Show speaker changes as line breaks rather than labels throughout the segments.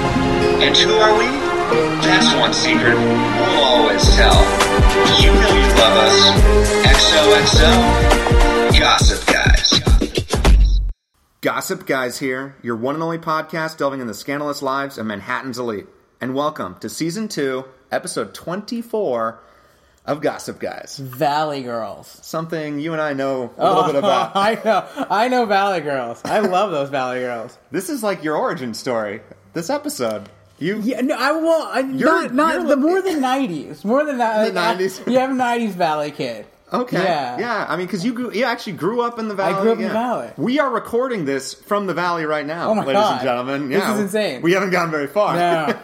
And who are we? That's one secret we'll always tell. You know you love us. XOXO, Gossip Guys.
Gossip Guys here, your one and only podcast delving in the scandalous lives of Manhattan's elite. And welcome to season two, episode 24 of Gossip Guys.
Valley Girls.
Something you and I know a little bit about.
Oh, I know. I know Valley Girls. I love those Valley Girls.
This is like your origin story, this episode. You,
Yeah, no, I will. I,
You're-
not not
you're
the
li-
more than nineties, more than that.
The Oh. 90s.
You have nineties Valley kid.
Okay.
Yeah.
I mean, because you grew, you actually grew up in the valley.
grew up in
yeah.
the Valley.
We are recording this from the valley right now,
Oh my
ladies and
God.
gentlemen.
This
Yeah.
is insane.
We haven't gone very far.
No.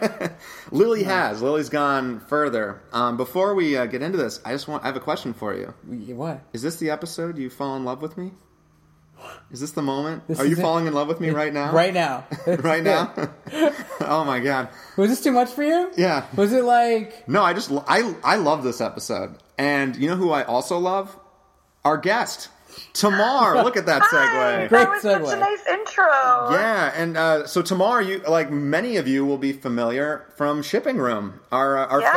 Lily has. Lily's gone further. Um, before we uh, get into this, I just want I have a question for you.
Y- What?
Is this the episode you fall in love with me? Is this the moment?
This
are you
is it.
falling in love with me right now?
Right now.
right now. oh my god.
Was this too much for you?
Yeah.
Was it like?
No, I just lo- I I love this episode, and you know who I also love? Our guest, Tamar. Look at that
Hi,
segue.
Great
that was
segue.
such a nice intro.
Yeah, and uh, so Tamar, you like many of you will be familiar from Shipping Room, our uh, our
Yeah.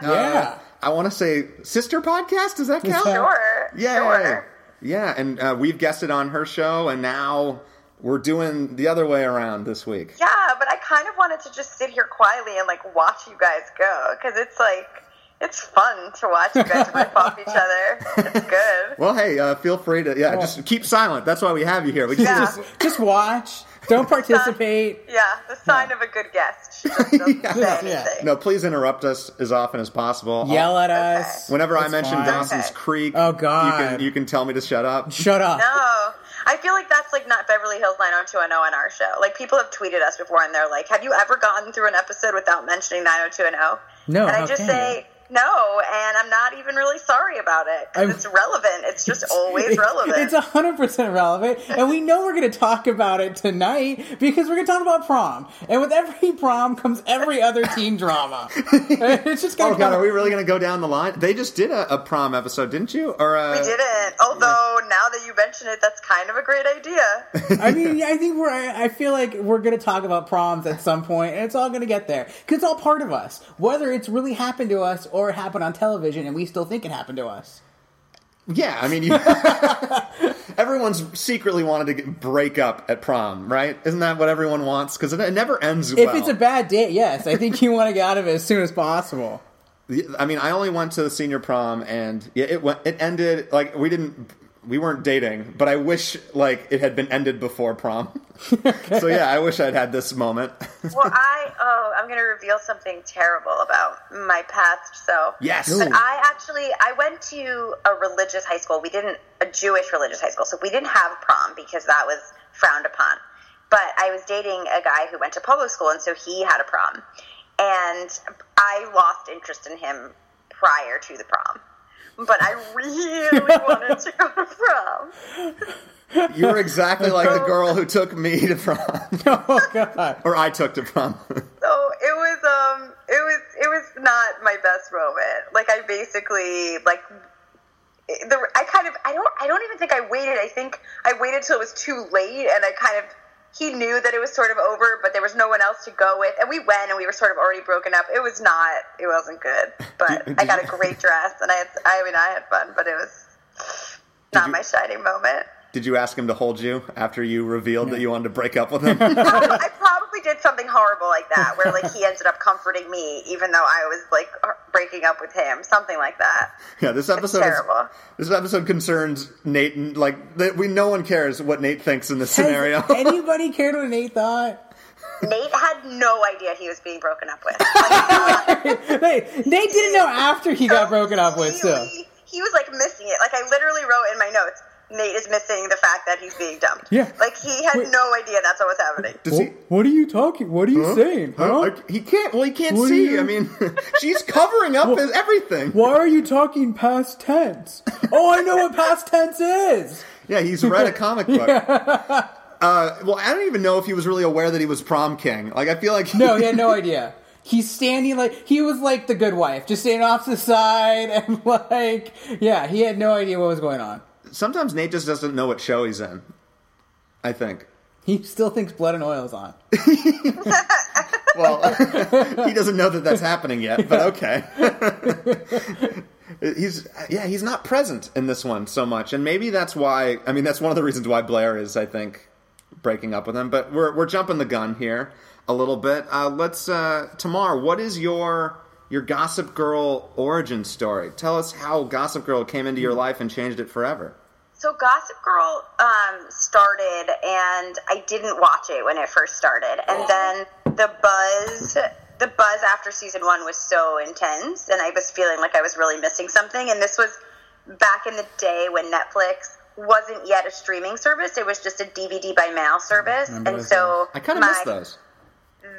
favorite. Uh,
Yeah.
I want to say sister podcast. Does that count?
Sure.
Yeah.
Sure.
Yeah, and uh, we've guested on her show, and now we're doing the other way around this week.
Yeah, but I kind of wanted to just sit here quietly and like watch you guys go because it's like it's fun to watch you guys rip off each other. It's good.
Well, hey, uh, feel free to yeah, just keep silent. That's why we have you here. We just,
Yeah.
just
Just watch. Don't participate.
Yeah, the sign of a good guest. She just doesn't
Yeah.
say
Yeah.
anything.
no, please interrupt us as often as possible.
Yell at us.
Whenever I
It's
mention
fine.
Dawson's
Okay.
Creek,
Oh, God.
you can you can tell me to shut up.
Shut up.
No. I feel like that's like not Beverly Hills 90210 on our show. Like people have tweeted us before and they're like, "Have you ever gotten through an episode without mentioning 90210?"
No,
And
how
I just
can
say
you?
no, and I'm not even really sorry about it
I'm-
because it's relevant. It's just always relevant.
It's hundred percent relevant, and we know we're going to talk about it tonight because we're going to talk about prom. And with every prom comes every other teen drama. it's just going
Oh
to
God,
come.
are we really going to go down the line? They just did a, a prom episode, didn't you? Or uh,
we didn't. Although now that you mention it, that's kind of a great idea.
I mean, yeah, I think we're. I I feel like we're going to talk about proms at some point, and it's all going to get there because it's all part of us, whether it's really happened to us or it happened on television, and we still think it happened to us.
Yeah, I mean, you, everyone's secretly wanted to get, break up at prom, right? Isn't that what everyone wants? Because it, it never ends
If
well.
it's a bad date, yes, I think you want to get out of it as soon as possible.
I mean, I only went to the senior prom, and yeah, it went. It ended like we didn't. We weren't dating, but I wish like it had been ended before prom. so yeah, I wish I'd had this moment.
well, I oh, I'm gonna reveal something terrible about my past self.
Yes.
But
Ooh.
I actually I went to a religious high school. We didn't a Jewish religious high school, so we didn't have prom because that was frowned upon. But I was dating a guy who went to public school, and so he had a prom, and I lost interest in him prior to the prom. But I really wanted to go to prom.
You were exactly like the girl who took me to prom,
Oh God!
or I took to prom.
So it was um it was it was not my best moment. Like I basically like it- the I kind of I don't I don't even think I waited. I think I waited till it was too late and I kind of he knew that it was sort of over, but there was no one else to go with. And we went and we were sort of already broken up. It was not it wasn't good, but I got a great dress and I had, I mean I had fun, but it was not
you-
my shining moment.
Did you ask him to hold you after you revealed that you wanted to break up with him?
I probably did something horrible like that, where like he ended up comforting me, even though I was like breaking up with him, something like that.
yeah, this episode is,
terrible.
this episode concerns Nate. And, like that, we no one cares what Nate thinks in this scenario.
Has anybody cared what Nate thought?
Nate had no idea he was being broken up with. Like,
They they didn't know after he got broken up with, so.
completely- he was like missing it. Like I literally wrote in my notes, Nate is missing the fact that he's being dumped.
Yeah.
like he had
Wait.
no idea that's what was happening.
Does he?
What are you talking? What are you
Huh?
saying?
Huh?
Huh?
Like, He can't. Well, he can't
What do
see.
you-
I mean, she's covering up his everything.
Why are you talking past tense? Oh, I know what past tense is.
Yeah, he's read a comic book. Uh, well, I don't even know if he was really aware that he was prom king. Like, I feel like
No, he had no idea. He's standing like he was like the good wife, just standing off to the side and like yeah, he had no idea what was going on.
sometimes Nate just doesn't know what show he's in. I think.
He still thinks blood and oil's on.
Well, he doesn't know that that's happening yet, but okay. he's yeah, he's not present in this one so much, and maybe that's why. I mean, that's one of the reasons why Blair is, I think, breaking up with him. But we're we're jumping the gun here a little bit. Uh, let's uh, Tamar, what is your your Gossip Girl origin story? Tell us how Gossip Girl came into your life and changed it forever.
So Gossip Girl um, started, and I didn't watch it when it first started,
Oh.
and then the buzz. The buzz after season one was so intense, and I was feeling like I was really missing something. And this was back in the day when Netflix wasn't yet a streaming service; it was just a DVD by mail service.
Remember
And
those
so
I kind of
my-
miss those.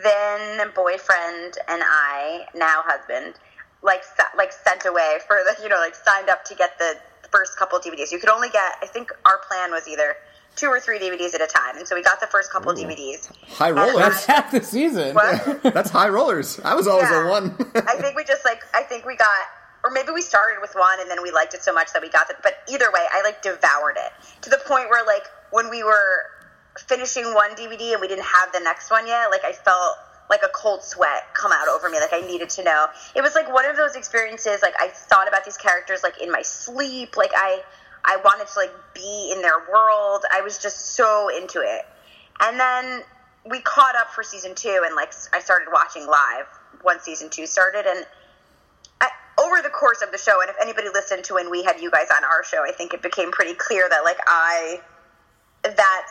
then boyfriend and I, now husband, like se- like sent away for the you know like signed up to get the first couple DVDs. You could only get I think our plan was either two or three DVDs at a time, and so we got the first couple DVDs.
High rollers.
That's half the season.
What?
that's high rollers. I was always
Yeah.
a one.
I think we just like I think we got or maybe we started with one and then we liked it so much that we got it. But either way, I like devoured it to the point where like when we were finishing one DVD and we didn't have the next one yet, like I felt like a cold sweat come out over me. Like I needed to know. It was like one of those experiences. Like I thought about these characters like in my sleep. Like I I wanted to like be in their world. I was just so into it. And then we caught up for season two, and like s- I started watching live once season two started, and I, over the course of the show, and if anybody listened to when we had you guys on our show, I think it became pretty clear that like I that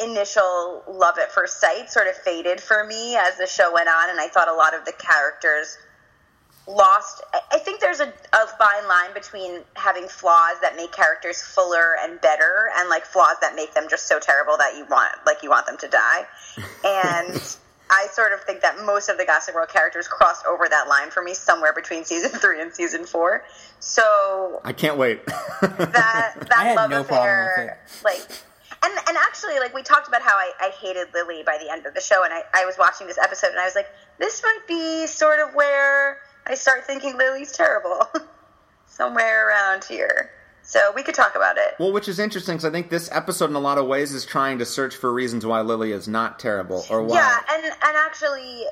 initial love at first sight sort of faded for me as the show went on, and I thought a lot of the characters lost. I- I think there's a, a fine line between having flaws that make characters fuller and better, and like flaws that make them just so terrible that you want like you want them to die. And I sort of think that most of the Gossip Girl characters crossed over that line for me somewhere between season three and season four. So
I can't wait.
that
I
that
had
love
no
affair, like, and and actually, like we talked about how I, I hated Lily by the end of the show, and I, I was watching this episode, and I was like, this might be sort of where I start thinking Lily's terrible, somewhere around here. So we could talk about it.
Well, which is interesting because I think this episode, in a lot of ways, is trying to search for reasons why Lily is not terrible or why.
Yeah, and and actually,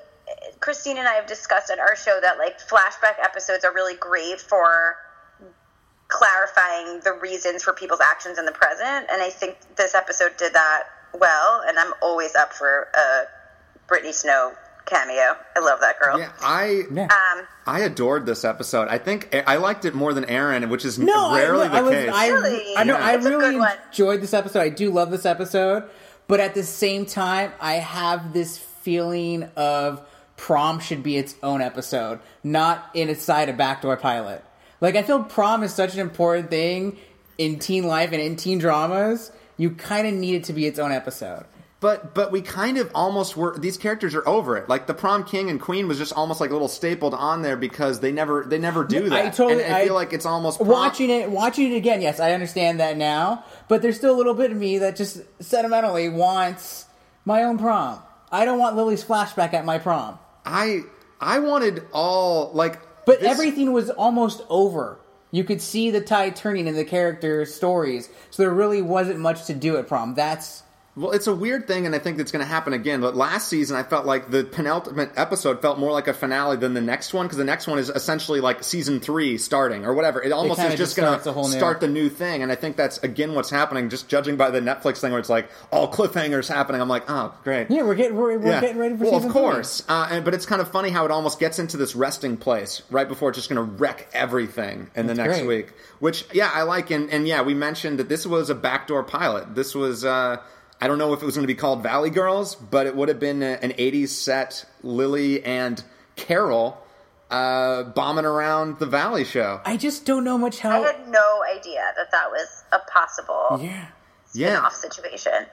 Christine and I have discussed on our show that like flashback episodes are really great for clarifying the reasons for people's actions in the present, and I think this episode did that well. And I'm always up for a Brittany Snow cameo. I love that girl.
Yeah, I
Yeah.
Um,
I adored this episode. I think I liked it more than Aaron, which is
No, I-
rarely
I,
the
was,
case.
I,
Really?
I know.
Yeah.
I
It's a
really
good one.
enjoyed this episode. I do love this episode, but at the same time, I have this feeling of prom should be its own episode, not inside a backdoor pilot. Like I feel prom is such an important thing in teen life and in teen dramas. You kind of need it to be its own episode.
But but we kind of almost were. These characters are over it. Like the prom king and queen was just almost like a little stapled on there because they never they never do that.
I totally-
And I, feel
I-
like it's almost prom-
Watching it, watching it again. Yes, I understand that now, but there's still a little bit of me that just sentimentally wants my own prom. I don't want Lily's flashback at my prom.
I I wanted all like.
But
this-
everything was almost over. You could see the tide turning in the characters' stories, so there really wasn't much to do at prom. That's
Well, it's a weird thing, and I think that's going to happen again. But last season, I felt like the penultimate episode felt more like a finale than the next one because the next one is essentially like season three starting or whatever. It almost is
kinda
just,
just
going
starts a whole
to
new-
start the new thing, and I think that's again what's happening. Just judging by the Netflix thing, where it's like all cliffhangers happening. I'm like, oh, great.
yeah, we're getting we're, we're
Yeah.
getting ready for
well,
season
of
three.
course, uh, and, but it's kind of funny how it almost gets into this resting place right before it's just going to wreck everything in the
That's
next
great.
week. Which, yeah, I like, and, and yeah, we mentioned that this was a backdoor pilot. This was, uh, I don't know if it was going to be called Valley Girls, but it would have been a, an '80s set. Lily and Carol uh, bombing around the Valley show.
I just don't know much
I
how.
had no idea that that was a possible
yeah,
Yeah,
off situation.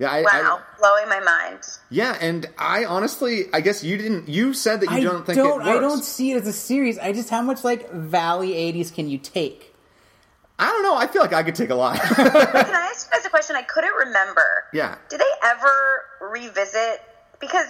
yeah, I, I-
Wow, blowing my mind.
yeah, and I honestly, I guess you didn't. You said that you
I
don't think it works.
I don't see it as a series. I just how much like Valley '80s can you take?
I don't know. I feel like I could take a lot.
Can I ask you guys a question? I couldn't remember.
yeah.
Do they ever revisit? Because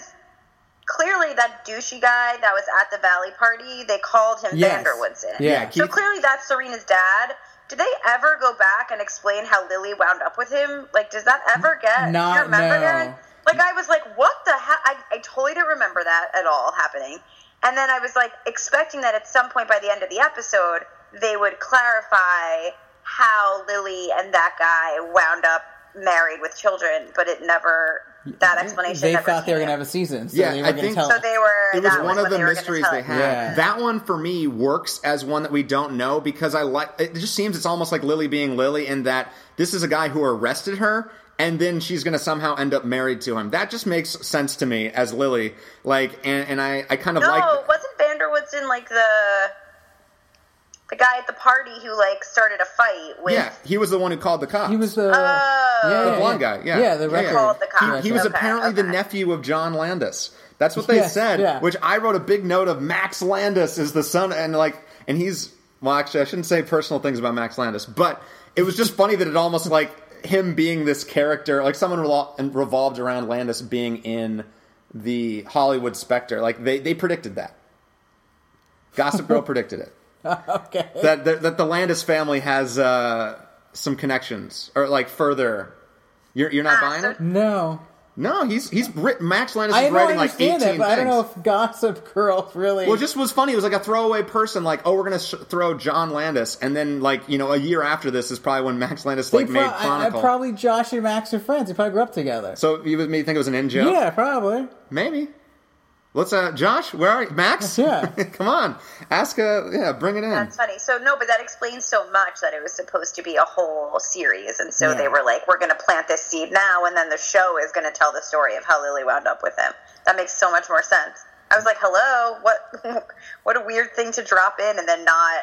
clearly, that douchey guy that was at the Valley party, they called him
Yes.
Vanderwoodson.
Yeah,
So
Keith-
clearly, that's Serena's dad. Do they ever go back and explain how Lily wound up with him? Like, does that ever get? do you
Not
remember
no.
that? Like I was like, what the hell? I, I totally didn't remember that at all happening. And then I was like expecting that at some point by the end of the episode they would clarify how Lily and that guy wound up married with children, but it never that explanation.
They
never
thought they were
came.
gonna have a season, so
Yeah,
they
I
were gonna
think-
tell.
So they were.
It was
that
one of
what
the
they were gonna
mysteries
tell
they
us.
had.
Yeah.
That one for me works as one that we don't know because I like it just seems it's almost like Lily being Lily in that this is a guy who arrested her and then she's going to somehow end up married to him. That just makes sense to me as Lily. Like and, and I I kind of
No,
like
wasn't Vanderwoods in like the the guy at the party who like started a fight with?
Yeah, he was the one who called the cops.
he was the
Oh.
yeah,
the
yeah,
blonde
yeah.
guy. Yeah.
yeah, the
Yeah, yeah.
record.
Called the
He-
cops.
He, was
Okay,
apparently the
okay.
nephew of John Landis. That's what they
Yes,
said.
yeah.
Which I wrote a big note of Max Landis is the son, and like, and he's well. Actually, I shouldn't say personal things about Max Landis, but it was just funny that it almost like him being this character, like someone relo- and revolved around Landis being in the Hollywood Spectre. Like they they predicted that. Gossip Girl predicted it
okay.
that that, that the Landis family has uh, some connections or like further. You're, you're not
Ah,
buying
so-
it?
no,
No, he's he's writ- Max Landis is
I know I
writing like eighteen
understand that, but I don't
things.
know if Gossip Girl really.
well, it just was funny. It was like a throwaway person, like oh, we're gonna sh- throw John Landis, and then like you know, a year after this is probably when Max Landis
They
like
pro-
made
I-
Chronicle.
I, probably Josh and Max are friends. They probably grew up together.
so you would me think it was an in joke?
yeah, probably.
maybe. Let's uh, Josh, where are you? Max?
Yeah.
come on, ask uh, yeah, bring it in.
That's funny. So no, but that explains so much that it was supposed to be a whole series, and so
Yeah.
they were like, "We're going to plant this seed now, and then the show is going to tell the story of how Lily wound up with him." That makes so much more sense. I was like, "Hello, what? what a weird thing to drop in and then not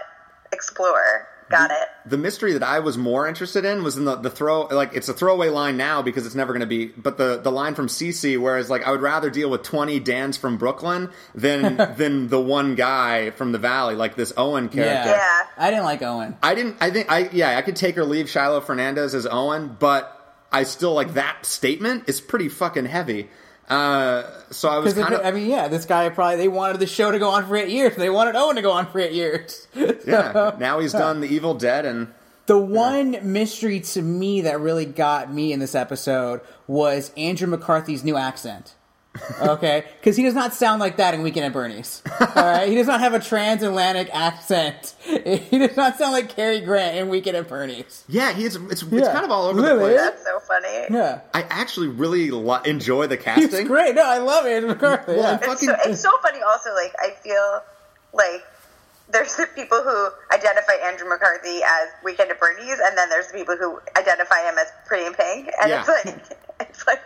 explore." Got it.
the mystery that I was more interested in was in the, the throw like it's a throwaway line now because it's never going to be but the the line from CC whereas like I would rather deal with 20 Dans from Brooklyn than than the one guy from the valley like this Owen character.
Yeah.
Yeah.
I didn't like Owen.
I didn't I think I yeah, I could take or leave Shiloh Fernandez as Owen, but I still like that statement is pretty fucking heavy. Uh so I was
Because
kind
I
of
mean, yeah, this guy probably they wanted the show to go on for eight years. They wanted Owen to go on for eight years.
yeah, now he's done The Evil Dead and
The one mystery to me that really got me in this episode was Andrew McCarthy's new accent. Okay, because he does not sound like that in Weekend at Bernie's. All right, he does not have a transatlantic accent. He does not sound like Cary Grant in Weekend at Bernie's.
yeah, he's it's, it's
Yeah.
kind of all over the
Really?
place.
That's so funny.
Yeah,
I actually really lo- enjoy the casting.
he's great. No, I love Andrew McCarthy.
Well,
Yeah.
I'm
It's
fucking
so, it's so funny also like i feel like there's the people who identify andrew mccarthy as weekend at bernie's and then there's the people who identify him as pretty in pink and
Yeah.
it's like it's like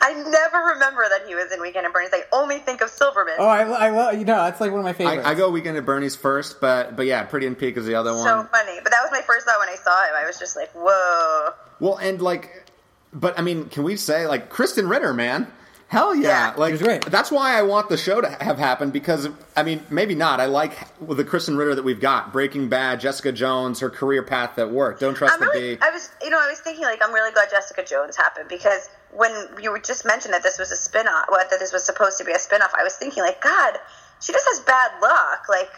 i never remember that he was in weekend at bernie's i only think of silverman
Oh, I, I love you know that's like one of my favorites.
I, I go Weekend at Bernie's first, but but yeah, Pretty in Peak is the other
so
one.
funny but that was my first thought when i saw him i was just like whoa
Well, and like, but I mean, can we say like Kristen Ritter, man? Hell yeah!
Yeah.
like
She was great.
that's why I want the show to have happened because I mean, maybe not. I like the Kristen Ritter that we've got: Breaking Bad, Jessica Jones, her career path that worked. Don't trust
I'm
the
really,
bee.
I was, you know, I was thinking like I'm really glad Jessica Jones happened because when you were just mentioned that this was a spin-off, well, that this was supposed to be a spin-off, I was thinking like, God, she just has bad luck, like,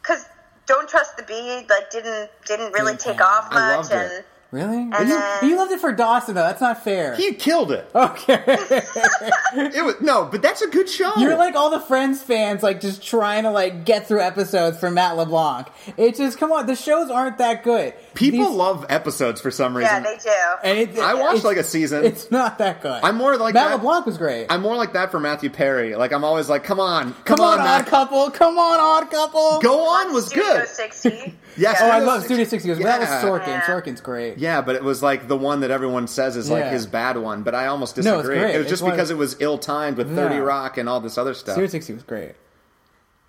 because don't trust the bee, like, didn't didn't really
Didn't
take
pan
off
I
much,
loved
and
it.
really?
and
you,
then-
you loved it for Dawson though. That's not fair.
he killed it.
okay.
It was no, but that's a good show.
You're like all the Friends fans, like just trying to like get through episodes for Matt LeBlanc. It's just come on, the shows aren't that good.
people
These-
love episodes for some
yeah,
reason.
they do.
and it-
I watched
it's-
like a season.
It's not that good.
I'm more like
Matt
that-
LeBlanc was great.
I'm more like that for Matthew Perry. Like I'm always like, come on, come,
come, on,
Matt.
Odd Couple. Come on, Odd Couple.
Go on was
Studio
good.
60.
Yes.
Oh,
Yeah.
I love Studio 60. Well, that was
Yeah.
Sorkin.
Yeah.
Sorkin's great.
Yeah, but it was like the one that everyone says is like
Yeah.
his bad one, but I almost
No, it's
disagree.
great.
It was
It's
just
one of-
because it was ill timed with 30
Yeah.
Rock and all this other stuff.
Studio 60 was great.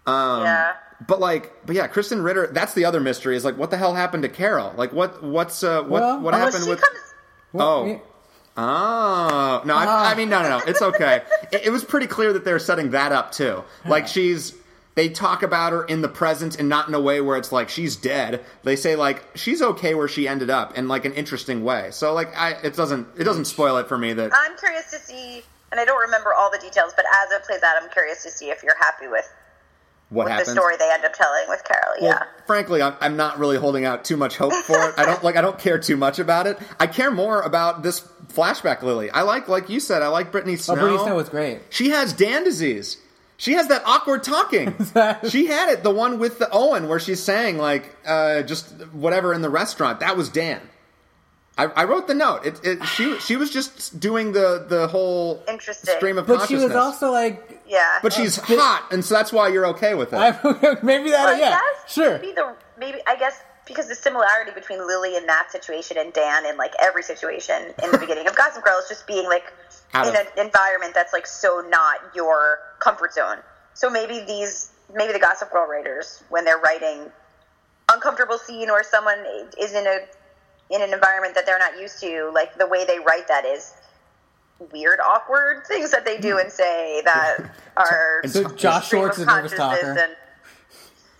um,
yeah.
But like but yeah, Kristen Ritter, that's the other mystery is like what the hell happened to Carol? Like what what's uh what
Well-
what
Well,
Well,
happened
she
with
comes.
Oh.
yeah. Ah.
Oh no! I, I mean, no, no, no. It's okay. it, it was pretty clear that they're setting that up too. Like she's, they talk about her in the present and not in a way where it's like she's dead. They say like she's okay where she ended up in like an interesting way. So like, I it doesn't it doesn't spoil it for me that
I'm curious to see, and I don't remember all the details, but as it plays out, I'm curious to see if you're happy with
what
with
happens.
the story they end up telling with Carol.
Well,
yeah.
frankly, I'm, I'm not really holding out too much hope for it. I don't like. I don't care too much about it. I care more about this flashback, Lily. I like, like you said, I like Brittany Snow.
Oh, Brittany Snow was great.
She has Dan disease. She has that awkward talking. she had it, the one with the Owen, where she's saying like uh, just whatever in the restaurant. That was Dan. I, I wrote the note. It, it, she she was just doing the the whole
Interesting.
stream of
But she
consciousness.
was also like,
Yeah.
but she's hot, and so that's why you're okay with it.
I, maybe that,
Well, I
yeah,
guess
sure.
Maybe the maybe I guess because the similarity between Lily in that situation and Dan in like every situation in the beginning of Gossip Girl is just being like
Out
in
of-
an environment that's like so not your comfort zone. So maybe these maybe the Gossip Girl writers when they're writing uncomfortable scene or someone is in a in an environment that they're not used to, like the way they write that is weird, awkward things that they do and say that are
And
So
Stream
Josh
stream
Schwartz
of
is a nervous
consciousness
talker.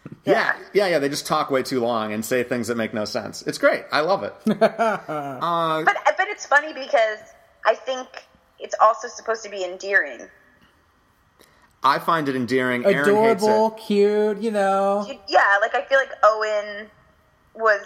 and-
Yeah, yeah, yeah. They just talk way too long and say things that make no sense. It's great. I love it. Uh,
But but it's funny because I think it's also supposed to be endearing.
I find it endearing. Aaron hates
Adorable,
it.
cute, you know.
You- Yeah, like I feel like Owen was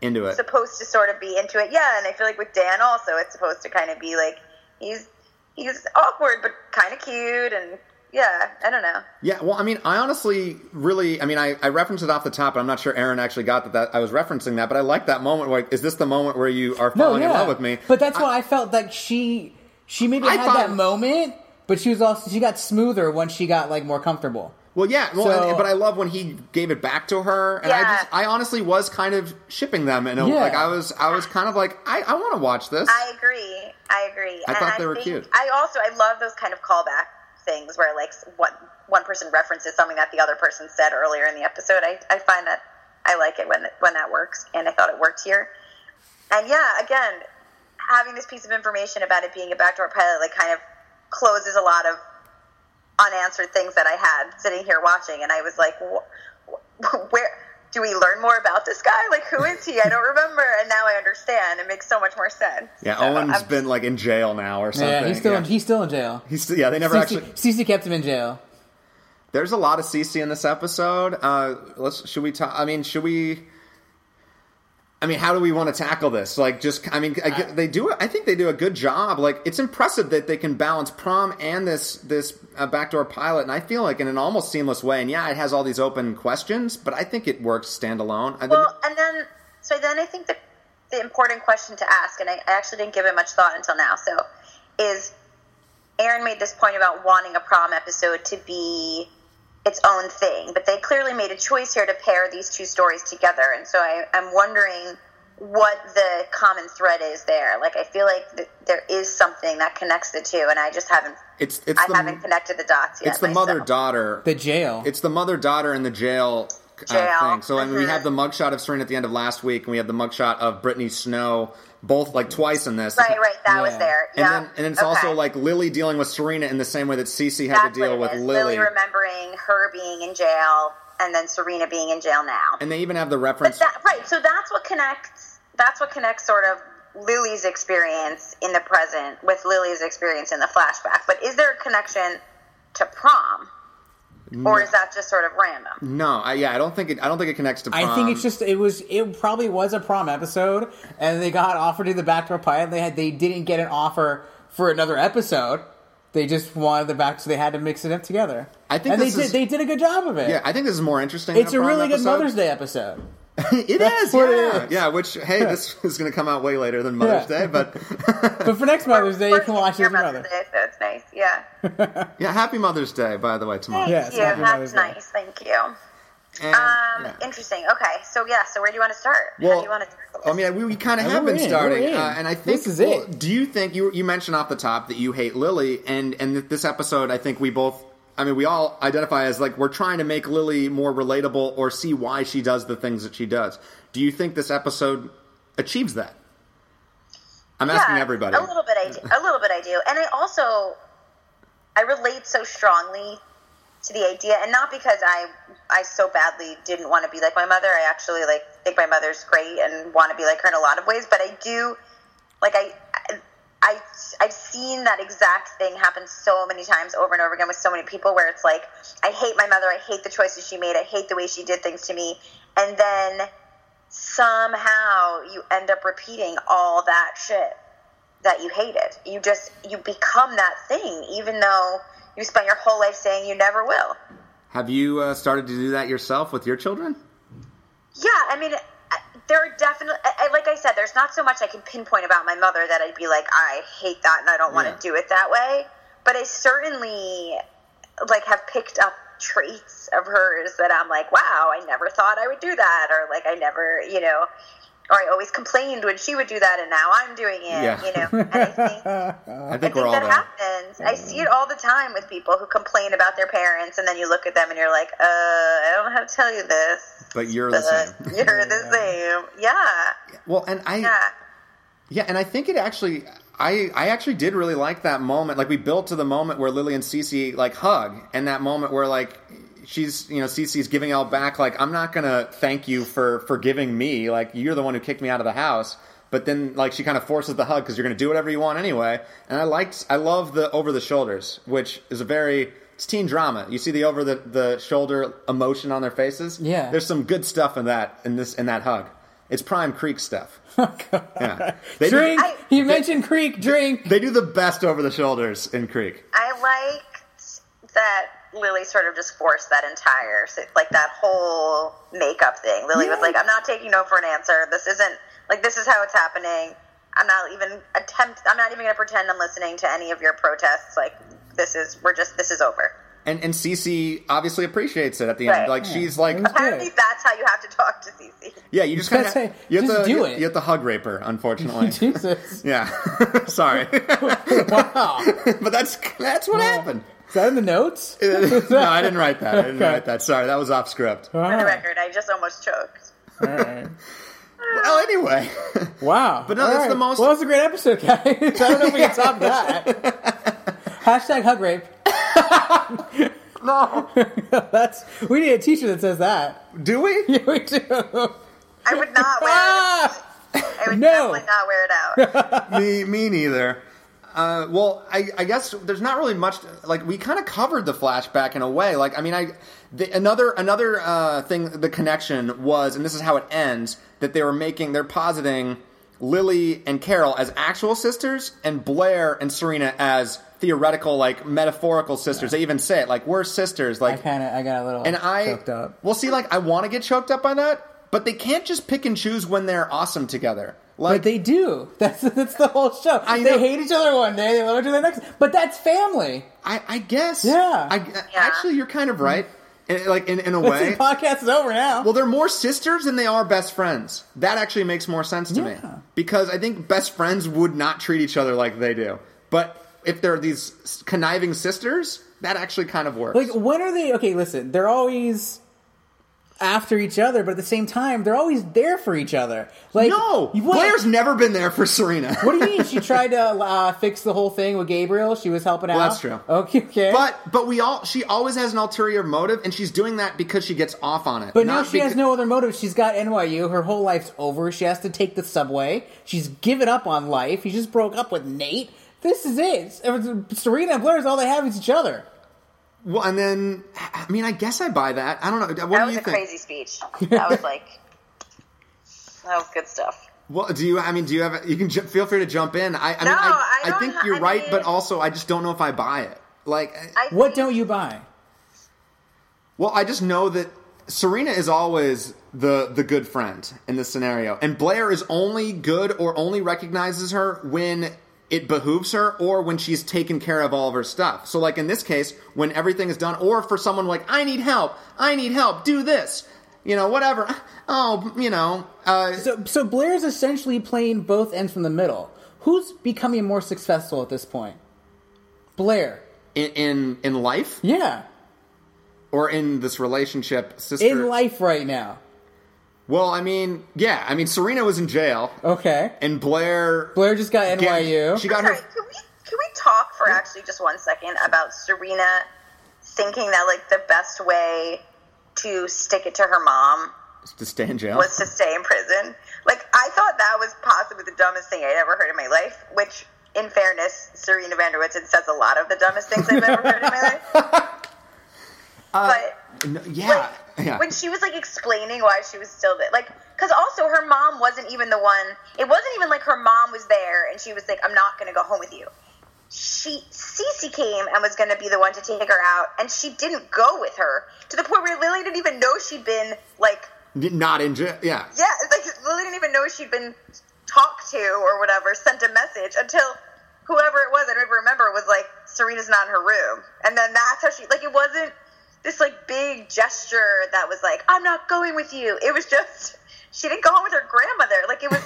Into it.
supposed to sort of be into it. Yeah, and I feel like with Dan also, it's supposed to kind of be like he's he's awkward but kind of cute and yeah, I don't know.
Yeah, well, I mean, I honestly really, I mean, I, I referenced it off the top, and I'm not sure Aaron actually got that, that I was referencing that, but I like that moment. Where, is this the moment where you are
No,
falling
yeah.
in love with me?
But that's why I felt like she she maybe
I
had
thought-
that moment, but she was also she got smoother once she got like more comfortable.
Well, yeah, well,
So-
and- but I love when he gave it back to her, and I
Yeah.
just, I honestly was kind of shipping them, and
Yeah.
like I was, I was kind of like, I, I want to watch this.
I agree. I agree.
I thought they were
think,
cute.
I also I love those kind of callback things where like one one person references something that the other person said earlier in the episode. I, I find that I like it when when that works, and I thought it worked here. And yeah, again, having this piece of information about it being a backdoor pilot like kind of closes a lot of unanswered things that I had sitting here watching, and I was like, wh- wh- where do we learn more about this guy? Like, who is he? I don't remember, and now I understand. It makes so much more sense.
yeah,
So
Owen's
I'm-
been like in jail now or something.
Yeah, he's still
yeah.
in, he's still in jail.
He's still- yeah, they never
Cece,
actually.
Cece kept him in jail.
There's a lot of CC in this episode. Uh, let's should we talk? I mean, should we? I mean, how do we want to tackle this? Like, just I mean, I get- they do. I think they do a good job. Like, it's impressive that they can balance prom and this this uh, backdoor pilot, and I feel like in an almost seamless way. And yeah, it has all these open questions, but I think it works standalone. I think
Well, and then so then I think the the important question to ask, and I, I actually didn't give it much thought until now. So, is Aaron made this point about wanting a prom episode to be its own thing, but they clearly made a choice here to pair these two stories together, and so I, I'm wondering what the common thread is there. Like, I feel like th- there is something that connects the two, and I just haven't.
it's it's
I
the
haven't connected the dots yet.
it's the
myself.
mother daughter
The jail.
It's the mother daughter in the jail, uh,
Jail.
thing. So I mean, we
Mhm.
have the mugshot of Serena at the end of last week, and we have the mugshot of Brittany Snow, both like twice in this.
Right, right. That was
Yeah.
there.
And
yeah.
then, and it's
Okay.
also like Lily dealing with Serena in the same way that Cece had
That's
to deal
what
with
it is.
Lily.
remembering her being in jail and then Serena being in jail now.
and they even have the
but
reference.
that right, so that's what connects. That's what connects sort of Lily's experience in the present with Lily's experience in the flashback. But is there a connection to prom, or is that just sort of random?
no, I, yeah, I don't think it. I don't think it connects to. Prom.
I think it's just it was it probably was a prom episode, and they got offered to the backdoor pilot. They had they didn't get an offer for another episode. They just wanted the back, so they had to mix it up together.
I think
and they
this
did
is-
they did a good job of it.
Yeah, I think this is more interesting. than
it's
a,
a
prom
really good
episode.
Mother's Day episode.
It
That's
is,
what it
yeah,
is.
yeah. Which hey, this is going to come out way later than Mother's
Yeah.
Day, but
But for next Mother's Day, you can watch it
your
with your mother.
Day, so it's nice. Yeah,
yeah, Happy Mother's Day, by the way, tomorrow.
Yeah,
Thank
it's
you.
happy Mother's
That's
Day.
nice. Thank you.
And,
Um,
yeah.
interesting. Okay, so yeah, so where do you want to start? How
Well,
do you want to tackle
I
this?
mean, we, we kind of
Yeah,
have
Oh, we're
been
in,
starting,
we're in.
uh, and I think
This is
well,
it.
Do you think you you mentioned off the top that you hate Lily, and and that this episode, I think we both, I mean, we all identify as like we're trying to make Lily more relatable or see why she does the things that she does. Do you think this episode achieves that? I'm asking
Yeah,
everybody.
A little bit, I do. A little bit, I do. And I also, I relate so strongly to the idea, and not because I, I so badly didn't want to be like my mother. I actually like think my mother's great and want to be like her in a lot of ways. But I do, like I, I- I I've seen that exact thing happen so many times over and over again with so many people where it's like I hate my mother, I hate the choices she made, I hate the way she did things to me, and then somehow you end up repeating all that shit that you hated. You just you become that thing even though you spent your whole life saying you never will.
Have you uh, started to do that yourself with your children?
Yeah, I mean, I- there are definitely, I, I- like I said, there's not so much I can pinpoint about my mother that I'd be like, I hate that and I don't want
Yeah.
to do it that way. But I certainly, like, have picked up traits of hers that I'm like, wow, I never thought I would do that, or like, I never, you know, or I always complained when she would do that, and now I'm doing it,
Yeah.
you know. And I think
Uh,
I
I
think
think
we're all
that
there.
happens. I see it all the time with people who complain about their parents, and then you look at them and you're like, uh, I don't have to tell you this.
But you're the
but uh,
same.
You're the same. Yeah.
Well, and I
Yeah.
Yeah, and I think it actually, I I actually did really like that moment. Like we built to the moment where Lily and Cece like hug, and that moment where like she's you know Cece's giving all back. Like I'm not gonna thank you for forgiving me. Like you're the one who kicked me out of the house. But then like she kind of forces the hug because you're gonna do whatever you want anyway. And I liked, I love the over the shoulders, which is a very it's teen drama. You see the over the, the shoulder emotion on their faces.
Yeah.
there's some good stuff in that in this in that hug. It's Prime Creek stuff. Yeah. They do-
drink.
I-
he mentioned Creek. Drink.
They do the best over the shoulders in Creek.
I liked that Lily sort of just forced that entire, like that whole makeup thing. Lily was
Yeah.
like, I'm not taking no for an answer. This isn't, like, this is how it's happening. I'm not even attempt. I'm not even going to pretend I'm listening to any of your protests. Like, this is, we're just, this is over.
And and Cece obviously appreciates it at the
Right.
end. Like she's
it
like,
was-
Apparently,
Good.
that's how you have to talk to Cece.
yeah, you just kind of
That's it.
you have
Just
to
do
you,
it.
you have to hug rape her, unfortunately.
Jesus.
yeah, sorry,
Wow.
but that's that's what happened.
Is that in the notes?
no, I didn't write that. I didn't write that. Sorry, that was off script.
All
For the
right.
record, I just almost choked.
All right.
Well, anyway,
Wow.
But no,
All
that's the most-
Well, it's a great episode, guys. I don't know if we can top that. Hashtag hug rape.
no,
That's we need a T-shirt that says that.
do we?
Yeah, we do.
I would not wear it.
Ah!
I would
No.
definitely not wear it out.
me, me neither. Uh, well, I, I guess there's not really much. Like we kind of covered the flashback in a way. Like I mean, I the, another another uh, thing. The connection was, and this is how it ends. That they were making, they're positing Lily and Carol as actual sisters, and Blair and Serena as theoretical, like metaphorical sisters. They even say it, like we're sisters.
I
Like
kind of I got a little
and I
choked up.
Well, see, like I want to get choked up by that, but they can't just pick and choose when they're awesome together. Like
But they do. That's that's the whole show.
I
they
know.
hate each other one day, they love each other the next. But that's family.
I, I guess.
Yeah. Hmm.
I, uh, Actually, you're kind of right. In, like in, in a
This
way.
podcast is over now.
Well, they're more sisters than they are best friends. That actually makes more sense to me
Yeah.
because I think best friends would not treat each other like they do. But if they're these s- conniving sisters, that actually kind of works.
Like, when are they? Okay, listen, they're always after each other, but at the same time, they're always there for each other. Like,
no,
you- what,
Blair's never been there for Serena.
What do you mean? She tried to uh, fix the whole thing with Gabriel. She was helping out.
that's true.
Okay, okay.
But but we all she always has an ulterior motive, and she's doing that because she gets off on it.
But now
not
she has
becau-
no other motive. She's got NYU. Her whole life's over. She has to take the subway. She's given up on life. He just broke up with Nate. This is it. It's- Serena and Blair's all they have is each other.
Well, and then I mean, I guess I buy that. I don't know. What
That
do
was
you
a
think?
crazy speech. That was like, that was good stuff.
Well, do you? I mean, do you have? You can ju- feel free to jump in. I, I
No,
mean, I,
I don't
think
ha-
you're
I
right, but
mean-
also I just don't know if I buy it. Like, I,
I
What
think-
don't you buy?
well, I just know that Serena is always the the good friend in this scenario, and Blair is only good or only recognizes her when it behooves her or when she's taken care of all of her stuff. So, like in this case, when everything is done, or for someone like I need help, I need help, do this, you know, whatever. Oh, you know, uh,
So, so Blair's essentially playing both ends from the middle. Who's becoming more successful at this point? Blair.
in in, in life.
Yeah.
or in this relationship, sister.
In life right now.
well, I mean, yeah, I mean, Serena was in jail,
Okay.
and Blair.
Blair just got
Yeah,
NYU.
She
I'm
got
sorry,
her.
can we can we talk for actually just one second about Serena thinking that like the best way to stick it to her mom
to stay in jail.
was to stay in prison. Like I thought that was possibly the dumbest thing I'd ever heard in my life, which in fairness, Serena Vanderwoodson says a lot of the dumbest things I've ever heard in my life. but
No, yeah,
when,
yeah.
when she was like explaining why she was still there, like because also her mom wasn't even the one. It wasn't even like her mom was there and she was like, "I'm not going to go home with you." She Cece came and was going to be the one to take her out, and she didn't go with her to the point where Lily didn't even know she'd been like
Not in jail. Yeah.
yeah, it's like Lily didn't even know she'd been talked to or whatever, sent a message until whoever it was, I don't even remember, was like, Serena's not in her room. And then that's how she, like, it wasn't this, like, big gesture that was like, I'm not going with you. It was just, she didn't go home with her grandmother. Like, it was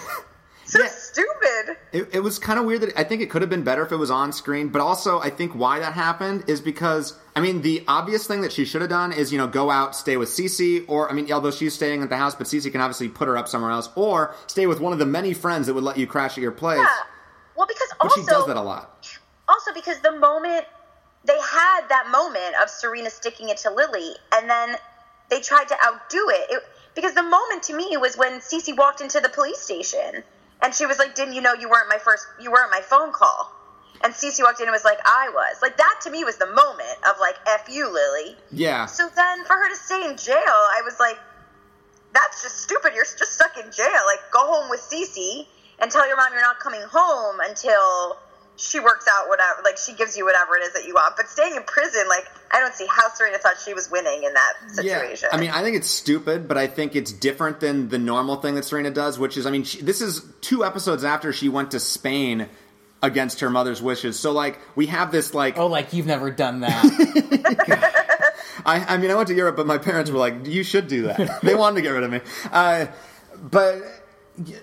so
Yeah.
stupid.
It, it was kind of weird that I think it could have been better if it was on screen, but also I think why that happened is because I mean the obvious thing that she should have done is you know go out, stay with Cece, or I mean although she's staying at the house, but Cece can obviously put her up somewhere else, or stay with one of the many friends that would let you crash at your place.
Yeah. Well, because
But
also,
she does that a lot.
also because the moment they had that moment of Serena sticking it to Lily, and then they tried to outdo it. it because the moment to me was when Cece walked into the police station, and she was like, "Didn't you know you weren't my first? You weren't my phone call." And Cece walked in and was like, "I was." Like that to me was the moment of like, "F you, Lily."
Yeah.
So then for her to stay in jail, I was like, that's just stupid. You're just stuck in jail. Like, go home with Cece and tell your mom you're not coming home until she works out whatever, like, she gives you whatever it is that you want. But staying in prison, like, I don't see how Serena thought she was winning in that situation.
I mean, I think it's stupid, but I think it's different than the normal thing that Serena does, which is, I mean, she, this is two episodes after she went to Spain against her mother's wishes. So, like, we have this, like,
Oh, like you've never done that.
I, I mean, I went to Europe, but my parents were like, "You should do that." they wanted to get rid of me, uh, but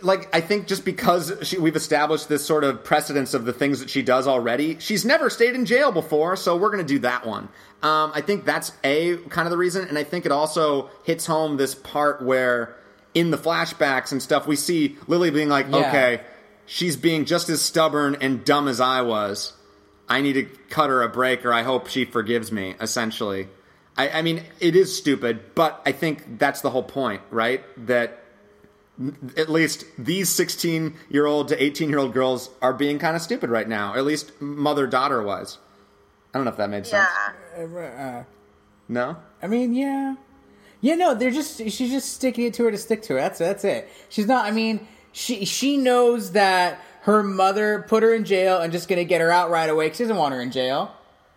like, I think just because she, we've established this sort of precedence of the things that she does already, she's never stayed in jail before, so we're going to do that one. Um, I think that's a kind of the reason, and I think it also hits home this part where in the flashbacks and stuff we see Lily being like,
Yeah.
"Okay, she's being just as stubborn and dumb as I was." I need to cut her a break, or I hope she forgives me. Essentially, I, I mean, it is stupid, but I think that's the whole point, right? That n- at least these 16 year old to 18 year old girls are being kind of stupid right now, at least mother daughter wise. I don't know if that made sense.
yeah.
Uh,
No?
I mean, yeah, yeah. No, they're just she's just sticking it to her to stick to her. That's that's it. She's not. I mean, she she knows that her mother put her in jail and just gonna get her out right away. 'cause she doesn't want her in jail.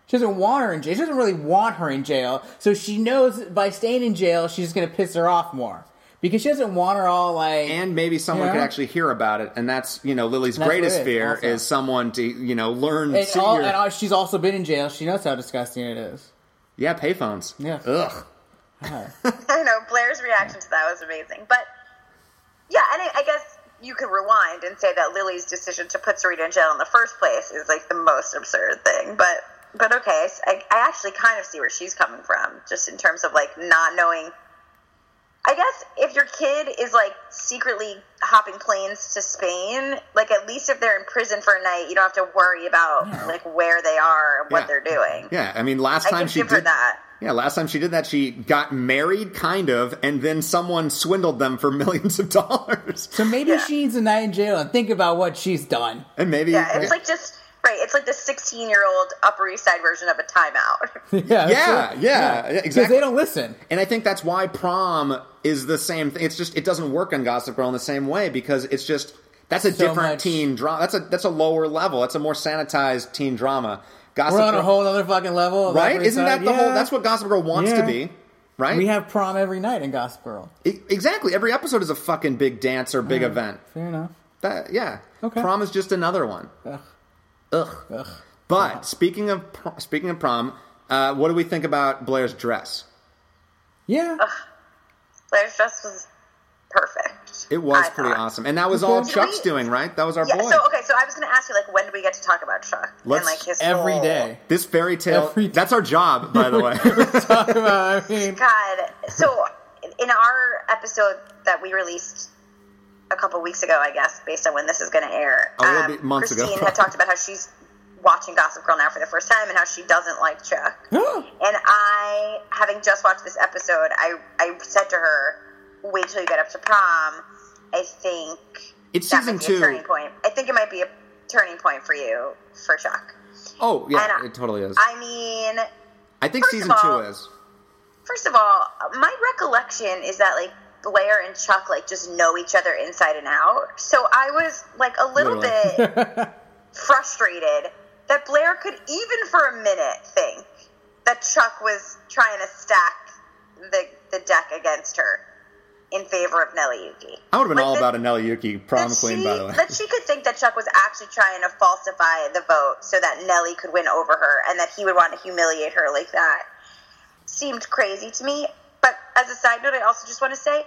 She doesn't want her in jail. She doesn't really want her in jail. So she knows by staying in jail, she's gonna piss her off more because she doesn't want her all like.
And maybe someone
Yeah.
could actually hear about it, and that's, you know, Lily's
That's what
greatest
it is,
fear
also.
is someone to, you know, learn.
and
see
all,
your-
and all, she's also been in jail. She knows how disgusting it is.
yeah, payphones.
Yeah.
Ugh.
I know Blair's reaction to that was amazing, but yeah, and I, I guess you could rewind and say that Lily's decision to put Serena in jail in the first place is like the most absurd thing. But but okay, so I, I actually kind of see where she's coming from, just in terms of like not knowing. I guess if your kid is like secretly hopping planes to Spain, like at least if they're in prison for a night, you don't have to worry about like where they are and what
Yeah.
they're doing.
Yeah, I mean, last
I
time
can
she
give her
did
that.
Yeah, last time she did that, she got married, kind of, and then someone swindled them for millions of dollars.
So maybe
Yeah.
she needs a night in jail and think about what she's done.
And maybe,
Yeah, it's like just right. It's like the sixteen-year-old Upper East Side version of a timeout.
Yeah, that's
yeah,
it.
yeah,
Because
exactly.
they don't listen.
and I think that's why prom is the same thing. It's just it doesn't work on Gossip Girl in the same way because it's just that's a
So
different
much.
teen drama. That's a that's a lower level. That's a more sanitized teen drama. Gossip
We're on a
Girl-
whole other fucking level, of
right?
Upper East
Isn't that
Side.
the
yeah.
whole? That's what Gossip Girl wants
Yeah.
to be, right?
we have prom every night in Gossip Girl.
E- exactly. Every episode is a fucking big dance or big event.
Fair enough.
That yeah.
Okay.
Prom is just another one.
Ugh.
Ugh.
Ugh.
But speaking of pr- speaking of prom, uh, what do we think about Blair's dress?
Yeah,
Blair's dress was perfect.
It was
I
pretty
thought.
awesome, and that was all
Okay.
Chuck's doing, right? That was our
Yeah.
boy.
So okay. So I was going to ask you, like, when do we get to talk about Chuck
Let's-
and like his
every
whole-
day.
This fairy tale.
Every-
That's our job, by the way.
Talk about. I mean,
God. So in our episode that we released a couple weeks ago, I guess, based on when this is going to air, um,
Oh, it'll be months ago.
Christine had talked about how she's watching Gossip Girl now for the first time and how she doesn't like Chuck. And I, having just watched this episode, I, I said to her, "Wait till you get up to prom." I think
It's
that
season
might be
two.
A turning point. I think it might be a turning point for you for Chuck.
Oh yeah,
And I-
it totally is. I,
I mean,
think
first of
season two
all-
is.
first of all, my recollection is that like Blair and Chuck like just know each other inside and out. So I was like a little
Literally.
bit frustrated that Blair could even for a minute think that Chuck was trying to stack the the deck against her in favor of Nelly Yuki.
I would have been
Like,
all
that-
about a Nelly Yuki prom
that
queen,
she,
by the way.
That she could think that Chuck was actually trying to falsify the vote so that Nellie could win over her and that he would want to humiliate her like that seemed crazy to me. But as a side note, I also just want to say,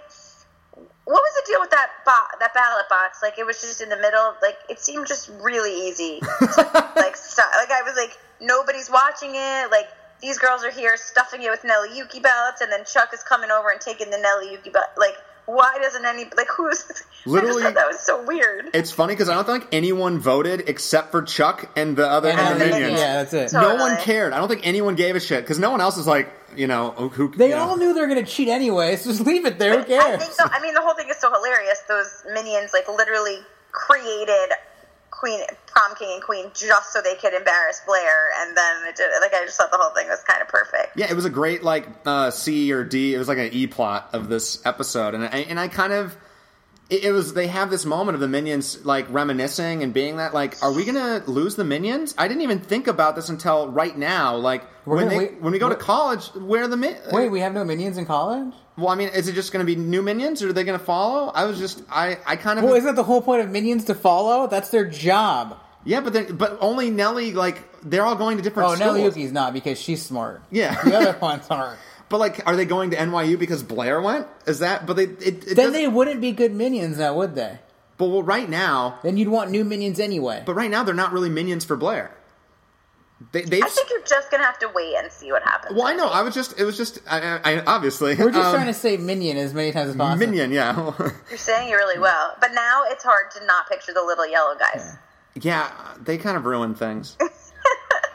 what was the deal with that bo- that ballot box? Like it was just in the middle. Like it seemed just really easy. To, like stu- like I was like nobody's watching it. Like these girls are here stuffing it with Nelly Yuki ballots, and then Chuck is coming over and taking the Nelly Yuki ballot. Like why doesn't any like who's
Literally-
I just thought that was so weird.
It's funny because I don't think anyone voted except for Chuck and the other
And
and the
then-
minions.
yeah, that's it.
So-
No one
Totally.
cared. I don't think anyone gave a shit because no one else is like, you know, who- who.
They
you know.
all knew they were going to cheat anyway, so just leave it there. Who
I think
cares?
so. I mean, the whole thing is so hilarious. Those minions like literally created Queen Prom King and Queen just so they could embarrass Blair, and then it did, like I just thought the whole thing was kind of perfect.
Yeah, it was a great like uh, C or D. It was like an E plot of this episode, and I, and I kind of it, it was. They have this moment of the minions like reminiscing and being that like, are we gonna lose the minions? I didn't even think about this until right now. Like
We're
when
gonna-
they
we-
when we go to
we-
college, where are the min?
Wait, we have no minions in college?
Well, I mean, is it just gonna be new minions or are they gonna follow? I was just I I kind of
Well, isn't that the whole point of minions to follow? That's their job.
yeah, but then but only Nelly like they're all going to different.
Oh,
schools.
Nelly Yuki's not because she's smart.
Yeah.
The other ones aren't.
But like, are they going to NYU because Blair went? Is that? But they it, it
Then
doesn't-
they wouldn't be good minions now, would they?
But well, right now.
Then you'd want new minions anyway.
But right now, they're not really minions for Blair. They, they've.
I think you're just gonna have to wait and see what happens.
well, I know. I was just. It was just. I, I, I obviously.
We're just
um,
trying to say minion as many times as possible.
minion. Yeah,
You're saying it really well, but now it's hard to not picture the little yellow guys.
yeah. They kind of ruin things.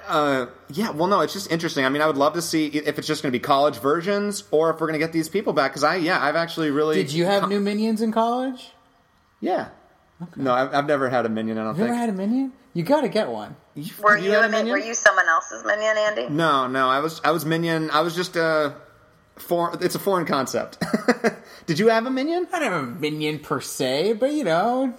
uh, yeah. Well, no. It's just interesting. I mean, I would love to see if it's just going to be college versions or if we're going to get these people back. Because I, yeah, I've actually really.
Did you have new minions in college?
Yeah. No, I've, I've never had a minion. I don't
You
think.
ever had a minion? You gotta get one.
You-
Were
you
you,
had
a min- were you someone else's minion, Andy?
No, no, I was I was minion. I was just a for It's a foreign concept. Did you have a minion?
I don't have a minion per se, but you know,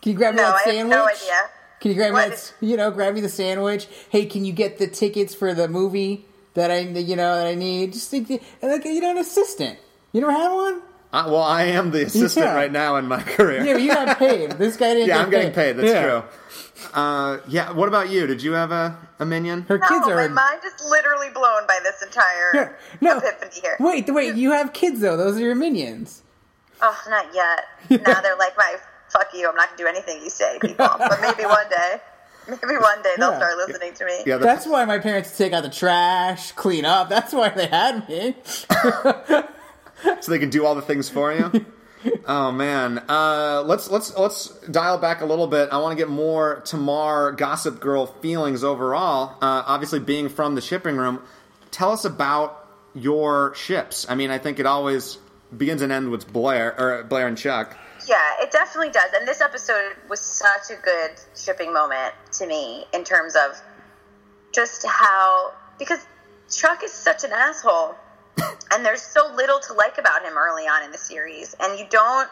can you grab me
No,
that
I have
sandwich?
no idea.
Can you grab me
What
that?
is-
You know, grab me the sandwich. Hey, can you get the tickets for the movie that I you know that I need? Just think, and like you know, an assistant. You never had one?
I, well, I am the assistant
Yeah.
right now in my career.
Yeah, but you got paid. This guy didn't.
Yeah,
get
I'm getting paid. That's
Yeah.
true. Uh, yeah. What about you? Did you have a, a minion?
Her kids
no,
are.
my mind is literally blown by this entire
no,
epiphany here.
wait, wait. You have kids though. Those are your minions.
Oh, not yet. Now they're like my fuck you. I'm not gonna do anything you say, people. but maybe one day, maybe one day they'll
Yeah.
start listening to me.
Yeah, the-
That's why my parents take out the trash, clean up. That's why they had me.
so they can do all the things for you. oh man, uh, let's let's let's dial back a little bit. I want to get more Tamar Gossip Girl feelings overall. Uh, obviously, being from the shipping room, tell us about your ships. I mean, I think it always begins and ends with Blair or Blair and Chuck.
Yeah, it definitely does. And this episode was such a good shipping moment to me in terms of just how because Chuck is such an asshole, and there's so little to like about him early on in the series, and you don't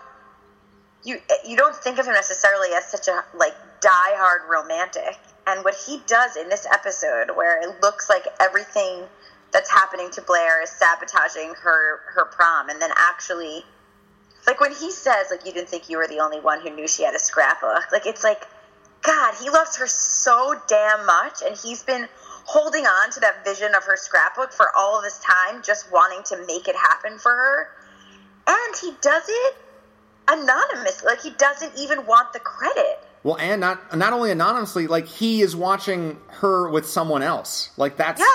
you you don't think of him necessarily as such a like diehard romantic. And what he does in this episode, where it looks like everything that's happening to Blair is sabotaging her her prom, and then actually like when he says like you didn't think you were the only one who knew she had a scrapbook like it's like god he loves her so damn much and he's been holding on to that vision of her scrapbook for all of this time just wanting to make it happen for her and he does it anonymous like he doesn't even want the credit
Well, and not not only anonymously, like he is watching her with someone else. Like that's
Yeah.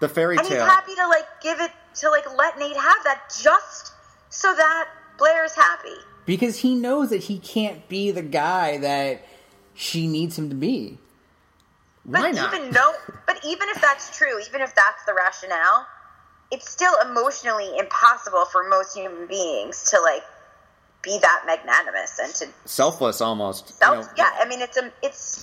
the fairy
and he's
tale.
happy to like give it to like let nate have that just so that blair is happy
because he knows that he can't be the guy that she needs him to be.
Why
but
not?
even no, but even if that's true, even if that's the rationale, it's still emotionally impossible for most human beings to like be that magnanimous and to
Selfless, almost. you
self.
know.
Yeah, I mean it's a it's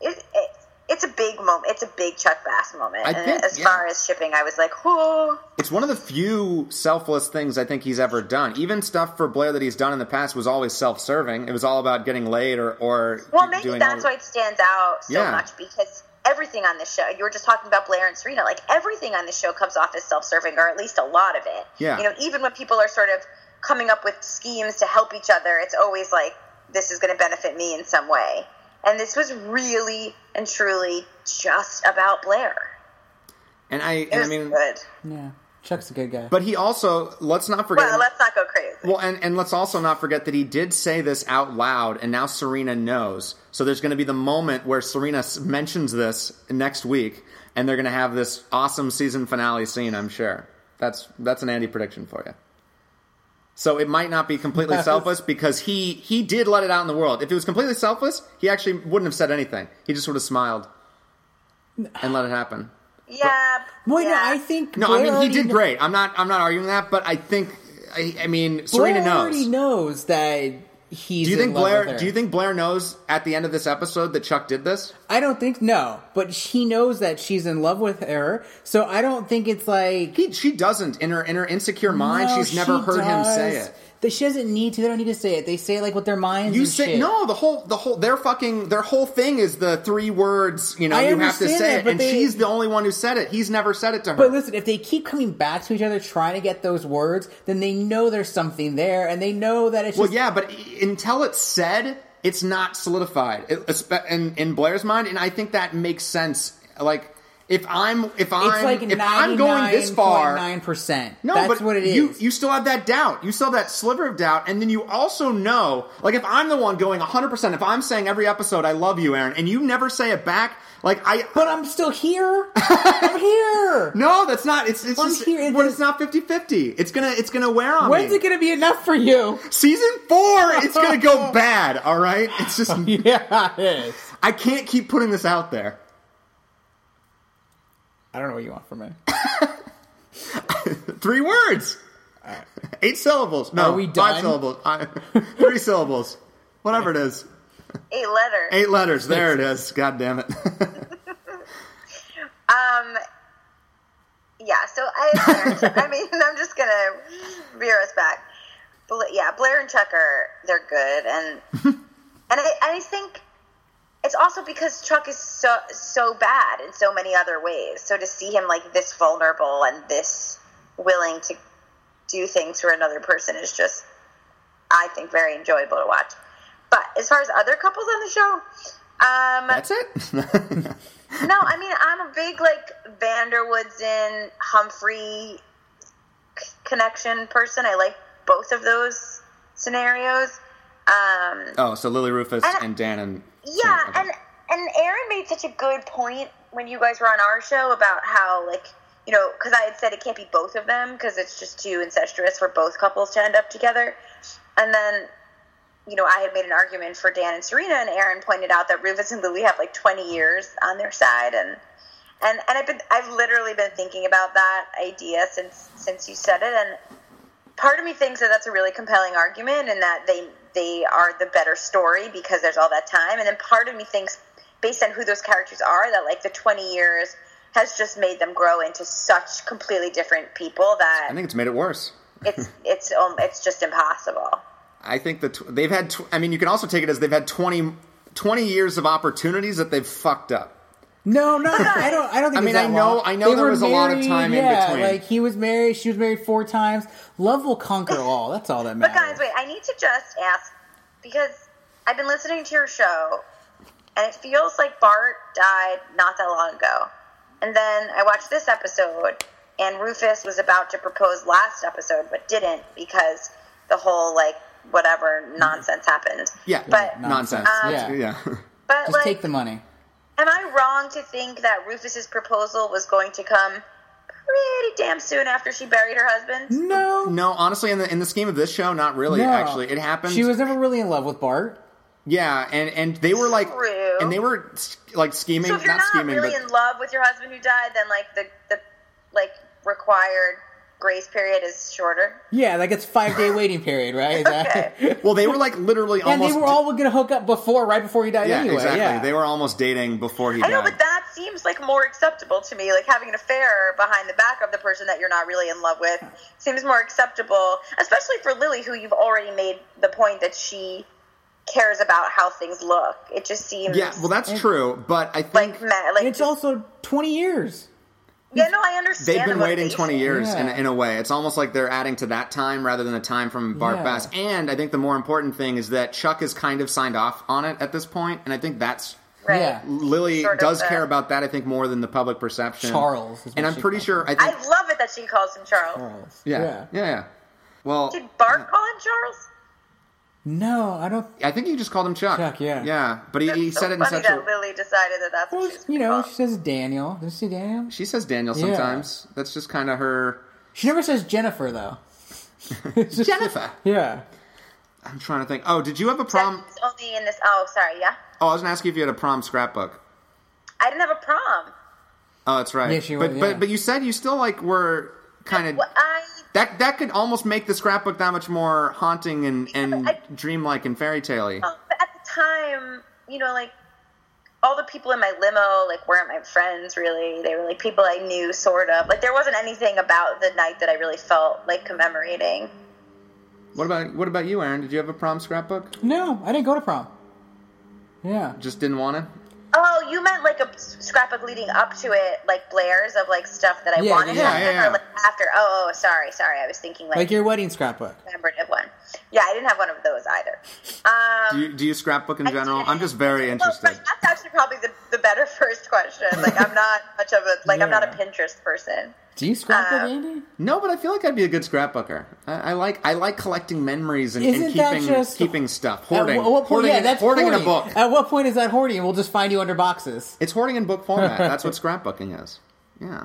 it, it, it's a big moment. It's a big Chuck Bass moment.
I
and
think-
as
yeah.
far as shipping, I was like, whoa.
It's one of the few selfless things I think he's ever done. Even stuff for Blair that he's done in the past was always self-serving. It was all about getting laid or or
Well, maybe
doing
that's
all-
why it stands out so
Yeah.
much because everything on this show, you were just talking about Blair and Serena, like everything on this show comes off as self serving, or at least a lot of it.
Yeah.
You know, even when people are sort of coming up with schemes to help each other, it's always like, this is going to benefit me in some way. And this was really and truly just about Blair.
and I
It
and I
was
mean,
good.
Yeah, Chuck's a good guy.
but he also let's not forget.
Well, let's not go crazy.
Well, and, and let's also not forget that he did say this out loud, and now Serena knows. So there's going to be the moment where Serena s- mentions this next week, and they're going to have this awesome season finale scene. I'm sure that's that's an Andy prediction for you. So it might not be completely
Yes.
selfless because he he did let it out in the world. If it was completely selfless, he actually wouldn't have said anything. He just would have smiled and let it happen.
yeah.
Well,
yeah.
no, I think
No,
Blair
I mean
already
he did
kn-
great. I'm not I'm not arguing that, but I think I, I mean
Blair
Serena knows.
already knows that he's.
Do you
in
think
love with
Blair?
her.
Do you think Blair knows at the end of this episode that Chuck did this?
I don't think no, but he knows that she's in love with her, so I don't think it's like
He, she doesn't. In her in her insecure mind,
No,
she's never
she
heard him say
does.
it.
That she doesn't need to. They don't need to say it. They say it like with their minds.
You
and
say
shit.
no. The whole the whole their fucking their whole thing is the three words. You know,
I
you have to say
understand that,
it,
but
and
they-
she's the only one who said it. He's never said it to her.
But listen, if they keep coming back to each other trying to get those words, then they know there's something there, and they know that it's
well,
just
yeah, but i- until it's said, it's not solidified It- espe- in in Blair's mind, and I think that makes sense. Like if I'm if I'm
it's like
if I'm going this far,
nine percent.
No,
that's
but
what it is.
You, you still have that doubt. You still have that sliver of doubt, and then you also know, like, if I'm the one going 100, percent if I'm saying every episode, "I love you, Aaron," and you never say it back, like, I.
but I'm still here. I'm here.
no, that's not. It's it's
I'm
just,
here, it
when
is-
it's not 50-50. It's gonna it's gonna wear on
When's
me.
it gonna be enough for you?
Season four, it's gonna go bad. All right, it's just
yeah, it is.
I can't keep putting this out there.
I don't know what you want from me.
Three words, eight syllables. No,
Are we
five
done?
syllables. I, three syllables. Whatever it is.
Eight letters.
Eight letters. There it is. God damn it.
Um, yeah, so I, I mean, I'm just gonna veer us back. Bla- yeah, Blair and Chuck are they're good, and and I, I think it's also because Chuck is so so bad in so many other ways. So to see him like this vulnerable and this willing to do things for another person is just, I think, very enjoyable to watch. But as far as other couples on the show, um,
That's it.
no, I mean I'm a big like Vanderwoodson Humphrey c- connection person. I like both of those scenarios. Um,
oh, so Lily Rufus
And-
and Dan and
yeah,
okay.
and and Aaron made such a good point when you guys were on our show about how like you know because I had said it can't be both of them because it's just too incestuous for both couples to end up together, and then you know I had made an argument for Dan and Serena, and Aaron pointed out that Rufus and Louie have like twenty years on their side, and and and I've been I've literally been thinking about that idea since since you said it, and part of me thinks that that's a really compelling argument and that they they are the better story because there's all that time and then part of me thinks based on who those characters are that like the 20 years has just made them grow into such completely different people
I
that
think it's made it worse.
it's it's um, it's just impossible
I think that tw- they've had. Tw- I mean, you can also take it as they've had 20, 20 years of opportunities that they've fucked up.
No, no, no, I don't. I don't think.
I mean,
it's that
I know-
long.
I know
They
there
were
was a lot of time in
yeah,
between.
Like he was married, she was married four times. Love will conquer all. That's all that
but
matters.
guys wait i need to just ask because i've been listening to your show and it feels like bart died not that long ago and then i watched this episode and rufus was about to propose last episode but didn't because the whole like whatever nonsense happened
Yeah,
but
nonsense.
Um,
yeah, yeah.
but
just
like
take the money.
am i wrong to think that rufus's proposal was going to come pretty damn soon after she buried her husband
No,
no, honestly, in the in the scheme of this show, not really.
no.
Actually, it happened.
She was never really in love with Bart.
yeah, and and they were like,
True.
and they were s- like scheming,
So if you're
not
not,
scheming,
really
but
in love with your husband who died, then like the the like required grace period is shorter.
Yeah, like it's five day waiting period, right? Is that-
Well, they were like literally
And
almost.
they were all going to hook up before, right before he died
yeah,
anyway.
exactly.
Yeah.
They were almost dating before he
I
died.
know, but that seems like more acceptable to me. Like having an affair behind the back of the person that you're not really in love with seems more acceptable, especially for Lily, who you've already made the point that she cares about how things look. It just seems
yeah, well, that's true. But I think
like ma- like
it's
just-
also 20 years.
yeah. No, I understand.
They've
the
been waiting 20
motivation.
years in,
Yeah.
in a way. It's almost like they're adding to that time rather than the time from Bart
Yeah.
Bass. And I think the more important thing is that Chuck is kind of signed off on it at this point, and I think that's
Right.
Yeah.
Lily
Sort of
does
the-
care about that. I think more than the public perception.
Charles is what
and I'm
she
pretty
calls
sure I
I
think
love it that she calls him Charles.
Charles.
yeah, yeah yeah Well,
Did Bart call him Charles?
No, I don't.
I think you just called him Chuck.
Chuck, yeah.
yeah. But he, he
It's so
said it in
funny
such
that
a.
Lily decided that that's
Well,
what she was
you know,
gonna
she
call.
says Daniel. Does she say Daniel?
She says Daniel
Yeah.
sometimes. That's just kind of her.
She never says Jennifer, though.
Jennifer.
Yeah.
I'm trying to think. Oh, did you have a prom?
That's only in this. Oh, sorry. Yeah,
Oh, I was gonna ask you if you had a prom scrapbook.
I didn't have a prom.
Oh, that's right.
Yes, you
but
were, yeah.
but but you said you still like were kind of
Well, I
that that could almost make the scrapbook that much more haunting and and
I-
dreamlike and fairy tale-y.
Um, but at the time, you know, like all the people in my limo, like weren't my friends really. They were like people I knew, sort of. Like there wasn't anything about the night that I really felt like commemorating.
What about what about you, Aaron? Did you have a prom scrapbook?
No, I didn't go to prom. Yeah.
Just didn't want to.
Oh, you meant like a scrapbook leading up to it, like Blair's of like stuff that I
Yeah,
wanted,
yeah,
and
yeah,
then,
yeah.
or, like after. Oh, oh, sorry, sorry. I was thinking like,
Like your wedding scrapbook.
commemorative one. Yeah, I didn't have one of those either. Um,
Do you, do you scrapbook in
I
general?
did.
I'm just very
Well,
interested.
that's actually probably the, the better first question. Like I'm not much of a like I'm not a
Yeah.
Pinterest person.
Do you scrapbook,
Uh,
Andy?
No, but I feel like I'd be a good scrapbooker. I, I like I like collecting memories and, and
Isn't that
keeping
just- Uh,
keeping stuff,
At
hoarding,
wh- what point-
hoarding,
yeah,
in-
that's
hoarding, in a
hoarding. Uh,
book.
At what point is that hoarding? We'll just find you under boxes.
It's hoarding in book format. That's what scrapbooking is. Yeah.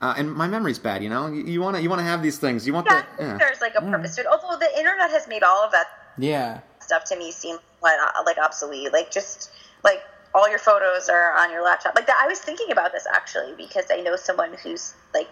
Uh, and my memory's bad, you know. You want to you want to have these things. You want
Yeah,
the yeah. Mm.
there's like a purpose to it. Although the internet has made all of that
Yeah.
stuff to me seem like, like obsolete. Like just like all your photos are on your laptop. Like that, I was thinking about this actually because I know someone who's like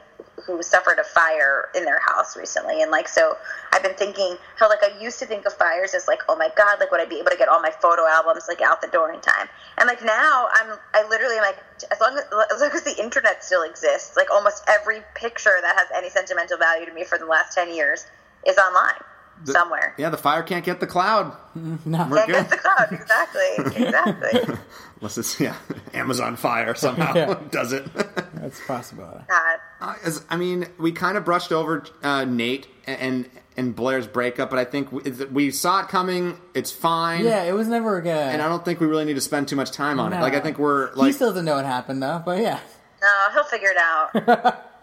who suffered a fire in their house recently, and like so I've been thinking how like I used to think of fires as like oh my god, like would I be able to get all my photo albums like out the door in time? And like now I'm I literally am like as long as, as long as the internet still exists, like almost every picture that has any sentimental value to me for the last ten years is online
The-
somewhere.
Yeah, the fire can't get the cloud.
No.
We're
Against the
good.
cloud, exactly, exactly.
Unless it's yeah, Amazon Fire somehow
Yeah.
does it.
That's possible.
God.
Uh, as- I mean, we kind of brushed over uh, Nate and and Blair's breakup, but I think we, we saw it coming. It's fine.
Yeah, it was never good.
And I don't think we really need to spend too much time on it. Like I think we're
he
like,
still doesn't know what happened though. But yeah.
No, he'll figure it out.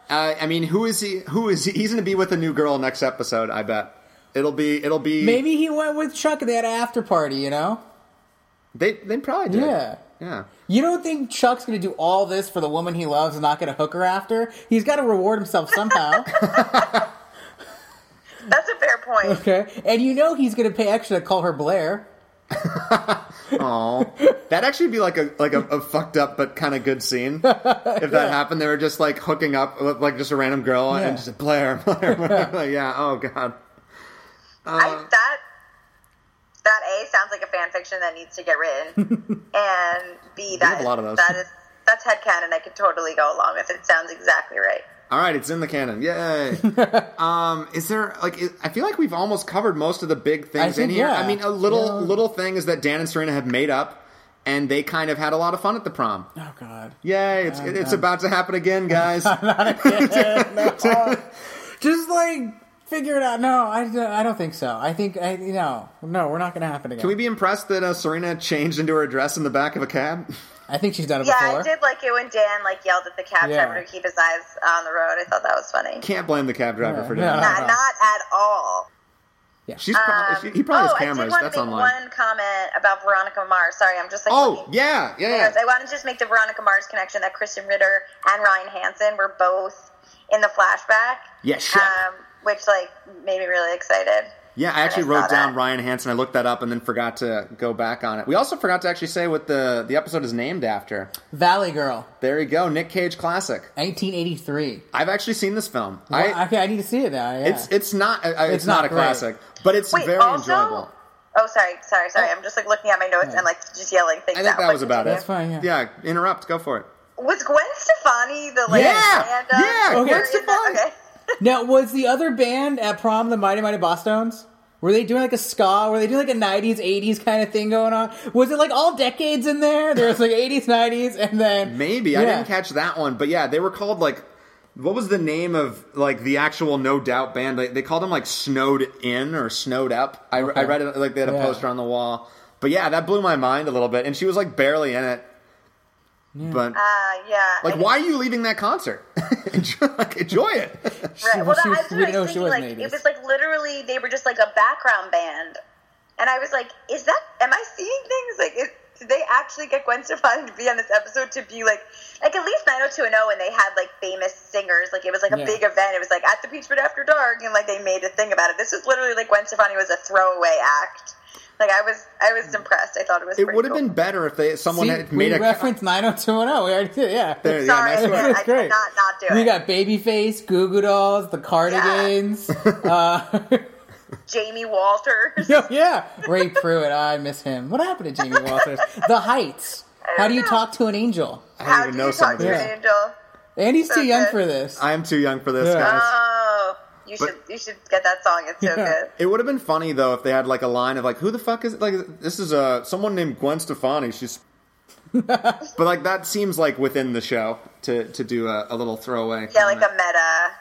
uh, I mean, who is he? Who is he? He's going to be with a new girl next episode. I bet it'll be it'll be
Maybe he went with Chuck. They had an after party. You know.
they they probably did.
Yeah.
yeah.
You don't think Chuck's going to do all this for the woman he loves and not going to hook her after? He's got to reward himself somehow.
That's a fair point.
okay. And you know he's going to pay extra to call her Blair.
Aw. That'd actually be like a like a, a fucked up but kind of good scene if that happened. They were just like hooking up with like just a random girl
Yeah.
and just Blair, Blair, Blair. Like, yeah. Oh god.
I, that that A sounds like a fan fiction that needs to get written, and B that
have a lot of those.
that is that's headcanon. I could totally go along with it. It sounds exactly right.
All right, it's in the canon. Yay. um, is there like is, I feel like we've almost covered most of the big things in
think,
here.
yeah.
I mean, a little
Yeah.
little thing is that Dan and Serena have made up, and they kind of had a lot of fun at the prom.
Oh, God.
Yay!
Uh,
It's it's about to happen again, guys.
Just like figure it out. No, I, I don't think so. I think, I, you know, no, we're not going to happen again.
Can we be impressed that uh, Serena changed into her dress in the back of a cab?
I think she's done it
Yeah,
before.
I did like it when Dan like yelled at the cab
Yeah.
driver to keep his eyes on the road. I thought that was funny.
Can't blame the cab driver
Yeah,
for
no.
doing that.
Not, not at all.
She's probably, she, he probably
oh,
has
I did
cameras.
want
That's
to make
online.
one comment about Veronica Mars. Sorry, I'm just like
Oh
looking.
yeah, yeah.
Because I want to just make the Veronica Mars connection that Kristen Ritter and Ryan Hansen were both in the flashback.
Yeah, Shaq.
Um, which like made me really excited.
Yeah, I actually
saw
wrote down
that.
Ryan Hansen. I looked that up and then forgot to go back on it. We also forgot to actually say what the the episode is named after.
Valley Girl,
There you go, Nick Cage classic.
1983.
I've actually seen this film.
I,
I,
okay, I need to see it now. Yeah.
it's it's not I- I- it's,
It's
not,
not
a
great.
classic, but it's
Wait,
very
also.
enjoyable.
Oh, sorry, sorry, sorry. I'm just like looking at my notes and like just yelling things
I think
out.
that
but
was about it.
That's fine, yeah.
yeah, interrupt. Go for it.
Was Gwen Stefani the like?
Yeah!
random
Yeah,
person
Gwen
that-
Stefani.
Okay.
now, was the other band at prom the Mighty Mighty Bosstones? Were they doing like a ska? Were they doing like a 90s, 80s kind of thing going on? Was it like all decades in there? There was like 80s, 90s, and then.
Maybe I
Yeah.
didn't catch that one, but yeah, they were called like what was the name of like the actual No Doubt band? They, they called them like Snowed In or Snowed Up. I, I read it like they had a
Yeah.
poster on the wall, but yeah, that blew my mind a little bit. And she was like barely in it, but
Uh, yeah.
like,
I-
why are you leaving that concert? enjoy, like, enjoy it.
Right. Well,
she
that,
was-
I was
we didn't know she
thinking,
was
like,
an
it
80s.
was like literally they were just like a background band, and I was like, "Is that? Am I seeing things? Like, is, did they actually get Gwen Stefani to be on this episode to be like, like at least 90210 when they had like famous singers, like it was like a
Yeah.
big event. It was like at the Beachwood After Dark, and like they made a thing about it. This was literally like Gwen Stefani was a throwaway act. Like I was, I was impressed. I thought it was.
It
pretty
would have
cool.
been better if they someone
See,
had
we
made a
referenced 90210. We already did, yeah.
There, yeah,
Sorry,
nice
I
work.
did- I
Great.
did not not do it.
We got Babyface, Goo Goo Dolls, the Cardigans. Uh,
Jamie Walters.
Yo, yeah, Ray Pruitt. I miss him. What happened to Jamie Walters? The Heights. How do you talk to an angel?
I
How
don't
do
even
you
know
talk
some of
to
these.
Yeah.
an angel?
Andy's too young
Okay.
for this.
I'm too young for this,
Yeah.
guys.
Oh, you
But-
should you should get that song. It's so
Yeah.
good.
It would have been funny though if they had like a line of like, "Who the fuck is like this is uh, someone named Gwen Stefani?" She's, but like that seems like within the show to to do a, a little throwaway.
Yeah, like
comment.
a meta.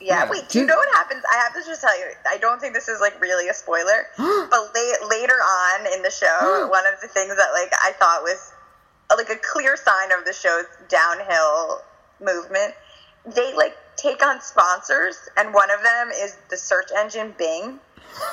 Yeah.
Yeah.
Wait, do you know what happens? I have to just tell you. I don't think this is like really a spoiler, but late, later on in the show, one of the things that like I thought was uh, like a clear sign of the show's downhill movement, they like take on sponsors, and one of them is the search engine Bing.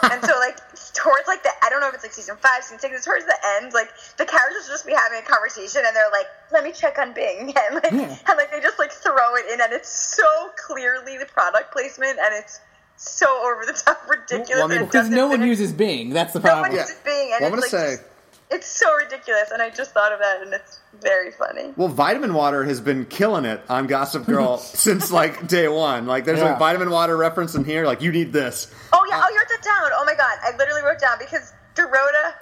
and so like towards like the I don't know if it's like season five, season six, it's towards the end, like the characters will just be having a conversation and they're like, Let me check on Bing and like and like they just like throw it in and it's so clearly the product placement and it's so over the top ridiculous.
Well, I mean,
and it
Because
doesn't
no one
fit.
uses Bing. That's the
no one
problem.
Yeah.
uses Bing and
Well, I'm
it's
gonna
like
say-
just- it's so ridiculous and I just thought of that and it's very funny.
Well, Vitamin Water has been killing it on Gossip Girl since like day one. Like, there's
Yeah.
a Vitamin Water reference in here. Like, you need this.
Oh
Uh,
yeah. oh, you wrote that down. Oh my god, I literally wrote down because Dorota.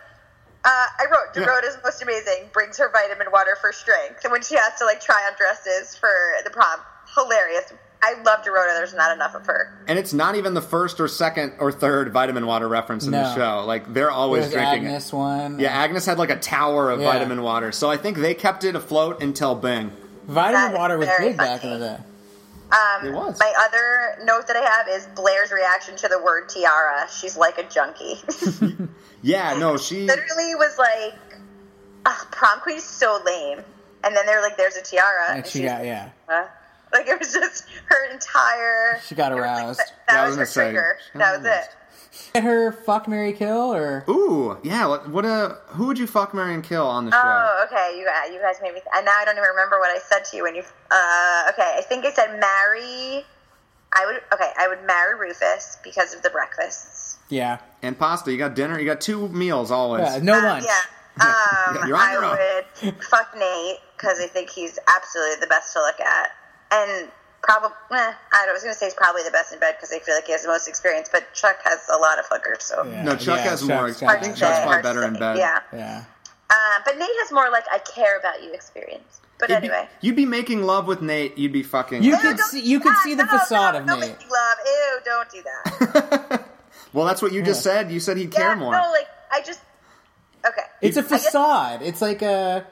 Uh, I wrote
Yeah.
Dorota's most amazing. Brings her vitamin water for strength, and when she has to like try on dresses for the prom, hilarious. I love Dorota. There's not enough of her.
And it's not even the first or second or third Vitamin Water reference in the
No.
show. Like, they're always
There's
drinking it.
Agnes one.
Yeah, Agnes had like a tower of
Yeah.
vitamin water, so I think they kept it afloat until Bing.
Vitamin
That
water was
is very
big back in
funny.
the day.
Um,
It was.
My other note that I have is Blair's reaction to the word tiara. She's like a junkie.
Yeah, no, she.
literally was like, Ugh, "Prom queen is so lame," and then they're like, "There's a tiara,"
Like she
she's
got yeah.
Uh, like it was just her entire.
She got
it was like
aroused.
that-
Yeah, I
that
was
was her
gonna say,
trigger.
she got
That was
aroused.
it.
Get her fuck Mary Kill or
Ooh, yeah. What, what a who would you fuck, marry, and kill on the show?
Oh, okay. You guys, you guys made me. And now I don't even remember what I said to you when you. Uh, okay, I think I said marry. I would okay. I would marry Rufus because of the breakfasts.
yeah.
And pasta. You got dinner. You got two meals always.
Yeah, no
Uh,
lunch.
yeah. Um,
You're on your
I would fuck Nate because I think he's absolutely the best to look at, and probably eh, I was going to say he's probably the best in bed because I feel like he has the most experience. But Chuck has a lot of hookers, so
Yeah.
No, Chuck has more.
Chuck's
I
got
think
it.
Chuck's probably
Hard to
better in
say.
bed.
Yeah,
Yeah.
Uh, but Nate has more like I care about you experience. But
It'd be-
anyway.
you'd be making love with Nate. You'd be fucking.
You
Ew,
could
don't
see
do
you could
that.
see the
No,
facade
no,
of
don't
Nate.
make me Love. Ew, don't do that.
well, that's what you just said. You said he'd
yeah,
care more.
no, like I just okay.
It's a
I guess
facade. It's like a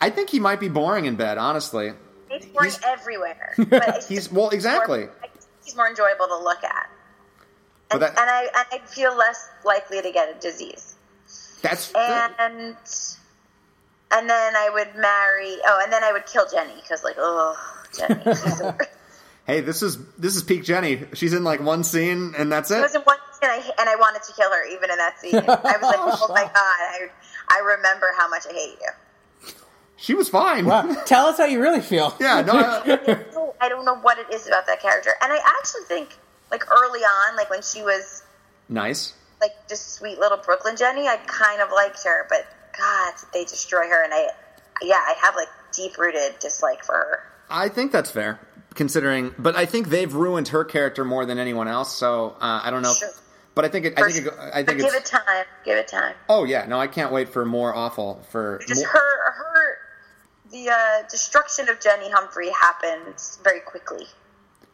I think he might be boring in bed, honestly.
Nate's boring
He's-
everywhere. But it's
He's
just
well,
more-
exactly.
I just- he's more enjoyable to look at,
But
and,
that-
and I and I feel less likely to get a disease.
That's
And and then I would marry. Oh, and then I would kill Jenny because like oh Jenny. she's so-
hey, this is this is peak Jenny. She's in like one scene, and that's
It
it.
was in one scene, and I, and I wanted to kill her even in that scene. I was like, oh my god, I, I remember how much I hate you.
She was fine.
wow. Tell us how you really feel.
yeah, no. I-
No, I don't know what it is about that character. And I actually think, like early on, like when she was
nice.
like just sweet little Brooklyn Jenny. I kind of liked her, but God, did they destroy her. And I, yeah, I have like deep rooted dislike for her.
I think that's fair, considering. But I think they've ruined her character more than anyone else. So uh, I don't know. if-
Sure.
But I think it, I think it, I
But
think
give
it's.
it time. Give it time.
oh yeah, no, I can't wait for more awful for.
Just
more-
her, her, the uh, destruction of Jenny Humphrey happens very quickly.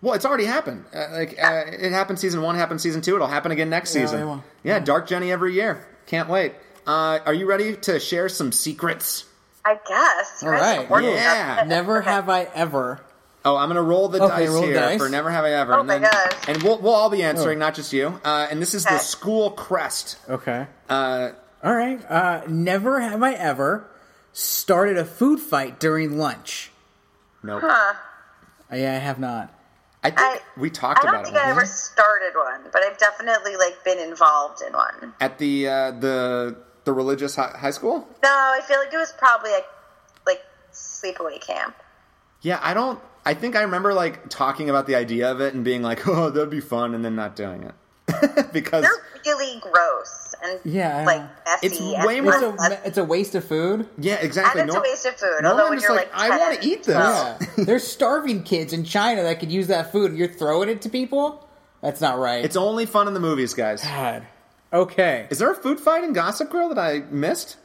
Well, it's already happened. Uh, like uh, it happened season one, happened season two. It'll happen again next
Yeah, it
season.
will.
Yeah, Dark Jenny every year. Can't wait. Uh, are you ready to share some secrets?
I guess. You
All
guys
right.
are working
Yeah.
on it.
Never
Okay.
have I ever.
Oh, I'm gonna roll the
Okay,
dice
roll
here
dice. Oh.
for never have I ever.
Oh
and
my gosh.
And we'll we'll all be answering, not just you. Uh, and this is the
Okay.
school crest.
Okay.
Uh,
All right. Uh, never have I ever started a food fight during lunch. Uh,
no,
Huh.
I, I have not.
I think
I-
we
I
talked
don't
about
think
it
I ever started one, but I've definitely like been involved in one.
at the uh, the the religious high, high school.
No, I feel like it was probably like like sleepaway camp.
Yeah, I don't. I think I remember like talking about the idea of it and being like, "Oh, that'd be fun," and then not doing it because
They're really gross and
Yeah, I
like
know.
messy.
It's
and
way more-
It's
Well,
a, it's a waste of food.
yeah, exactly.
And it's a waste of food,
No
although
one
when
is
you're,
like,
like,
"I
10,
want to eat this."
Yeah. There's starving kids in China that could use that food, and you're throwing it to people? That's not right.
It's only fun in the movies, guys.
God. Okay.
Is there a food fight in Gossip Girl that I missed?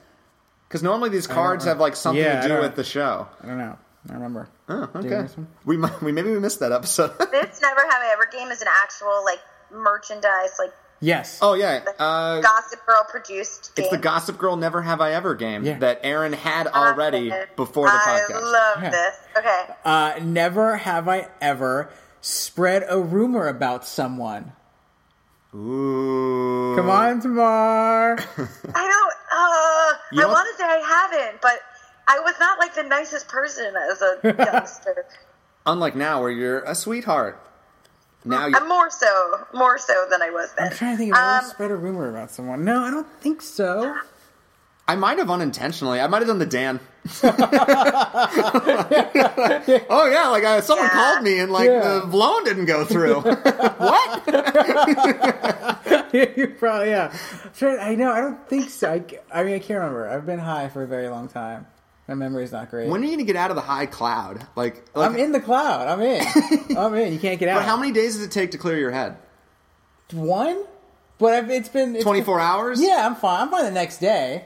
Because normally these cards have like something
Yeah,
to
I
do
don't-
with the show.
I don't know. I don't remember.
Oh,
Do you
okay.
miss one?
We might, we maybe we missed that episode.
This Never Have I Ever game is an actual like merchandise, like
Yes.
oh yeah, uh,
Gossip Girl produced. Game.
it's the Gossip Girl Never Have I Ever game
Yeah.
that Aaron had already before the
I
podcast.
love
Yeah.
this. Okay,
Uh, never have I ever spread a rumor about someone.
Ooh,
Come on, Tamar.
I don't. Uh,
You know-
I want to say I haven't, but I was not like the nicest person as a youngster.
Unlike now where you're a sweetheart. Now you
I'm more so, more so than I was then.
I'm trying to think if I ever
Um,
spread a rumor about someone. No, I don't think so.
I might have unintentionally. I might have done the Dan. oh yeah, like uh, someone
Yeah.
called me and like
Yeah.
the loan didn't go through. what?
you probably yeah. I'm trying- I know. I don't think so. I, ca- I mean, I can't remember. I've been high for a very long time. My memory's not great.
When are you gonna get out of the high cloud? Like, like
I'm in the cloud. I'm in. I'm in. You can't get out.
But how many days does it take to clear your head?
One. But I've, it's been it's
Twenty four hours.
been- yeah, I'm fine. I'm fine the next day.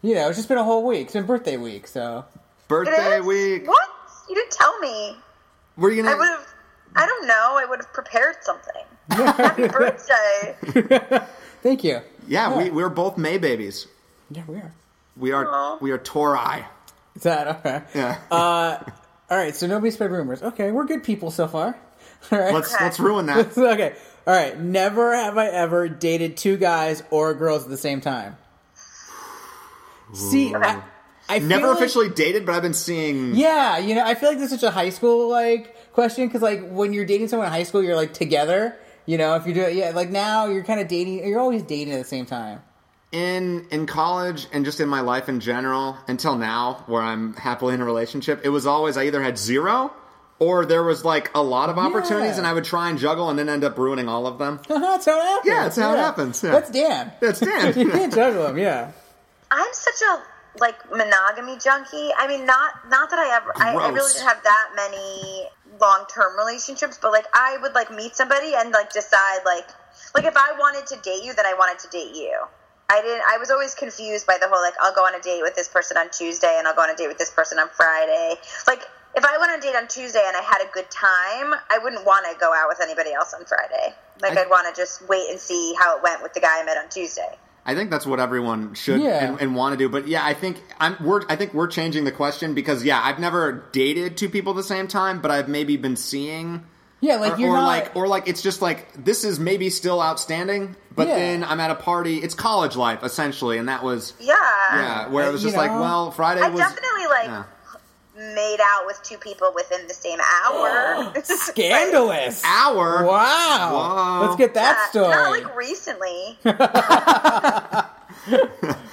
You know, it's just been a whole week. It's been birthday week, so
it
Birthday
is?
week.
What? You didn't tell me.
Were you
I
gonna?
would have. I don't know. I would have prepared something. Happy birthday.
thank you.
yeah,
yeah.
We, we're both May babies.
Yeah, we are.
We are.
Aw.
We are Tori.
Is that okay? Uh,
Yeah.
All right, so nobody spread rumors. Okay, we're good people so far. All right.
let's
okay.
let's ruin that.
okay. All right. Never have I ever dated two guys or girls at the same time. See, I, I feel
Never
like-
officially dated, but I've been seeing.
Yeah, you know, I feel like this is such a high school like question because like when you're dating someone in high school, you're like together. You know, if you do it, yeah. Like now, you're kind of dating. You're always dating at the same time.
in in college and just in my life in general until now where i'm happily in a relationship it was always i either had zero or there was like a lot of opportunities
Yeah.
and i would try and juggle and then end up ruining all of them
that's how it happens.
Yeah, that's how it happens, yeah.
That's Dan.
that's
you
dan
can't juggle him. Yeah.
I'm such a like monogamy junkie. I mean, not not that I ever. I, I really
Gross.
didn't have that many long term relationships, but like I would like meet somebody and like decide like like if I wanted to date you, then I wanted to date you. I didn't. I was always confused by the whole like I'll go on a date with this person on Tuesday and I'll go on a date with this person on Friday. Like if I went on a date on Tuesday and I had a good time, I wouldn't want to go out with anybody else on Friday. Like
I-
I'd want to just wait and see how it went with the guy I met on Tuesday.
i think that's what everyone should
Yeah.
and, and want to do but yeah i think i'm we're i think we're changing the question because yeah i've never dated two people at the same time but i've maybe been seeing
Yeah, like
or,
you're
or
not
like or like it's just like this is maybe still outstanding but
Yeah.
then i'm at a party it's college life essentially and that was
Yeah.
Yeah, where it was
you
just like,
know?
well, Friday
I
was
definitely like
yeah.
made out with two people within the same hour.
scandalous.
hour.
Wow.
Whoa.
Let's get that
Like, uh, Not
story.
like recently.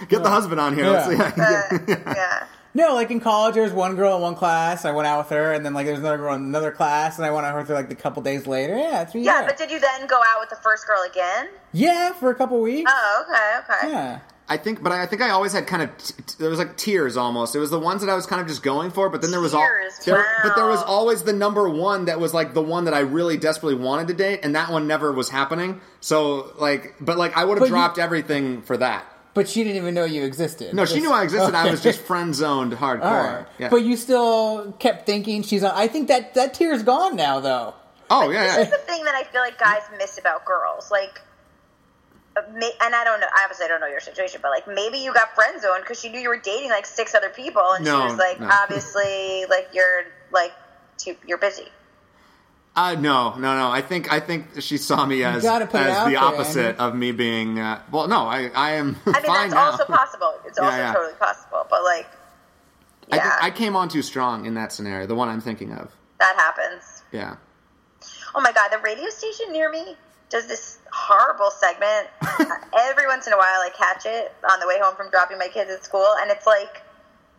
Get the husband on here. Let's
Yeah.
see.
but, yeah.
No, like in college, there was one girl in one class. I went out with her, and then like there's another girl in another class, and I went out with her like a couple days later. Yeah, it's
Yeah, but did you then go out with the first girl again?
yeah, for a couple weeks.
Oh, okay, okay.
yeah,
I think, but I think I always had kind of t- t- there was like tiers almost. It was the ones that I was kind of just going for, but then there was all,
Tiers,
there,
wow.
but there was always the number one that was like the one that I really desperately wanted to date, and that one never was happening. So like, but like I would
But
have
you-
dropped everything for that.
but she didn't even know you existed.
No, she
Just-
knew I existed. I was
Okay.
just friend zoned hardcore.
All right.
Yeah.
But you still kept thinking she's on. I think that that tear's gone now, though.
oh yeah, yeah.
That's the thing that I feel like guys miss about girls. Like, uh, may- and I don't know. Obviously, I don't know your situation, but like maybe you got friend zoned because she knew you were dating like six other people, and
No,
she was like,
no.
obviously, like you're like too, you're busy.
Uh, no, no, no. I think I think she saw me as
gotta
as
put it out
the
there,
opposite
Andy.
of me being. Uh, well, no, I I am
I mean,
fine
that's
now.
also possible. It's
Yeah,
also
yeah.
totally possible, but like,
I,
yeah,
think I came on too strong in that scenario. The one I'm thinking of.
that happens.
Yeah.
Oh my god, the radio station near me does this horrible segment. Every once in a while, I catch it on the way home from dropping my kids at school, and it's like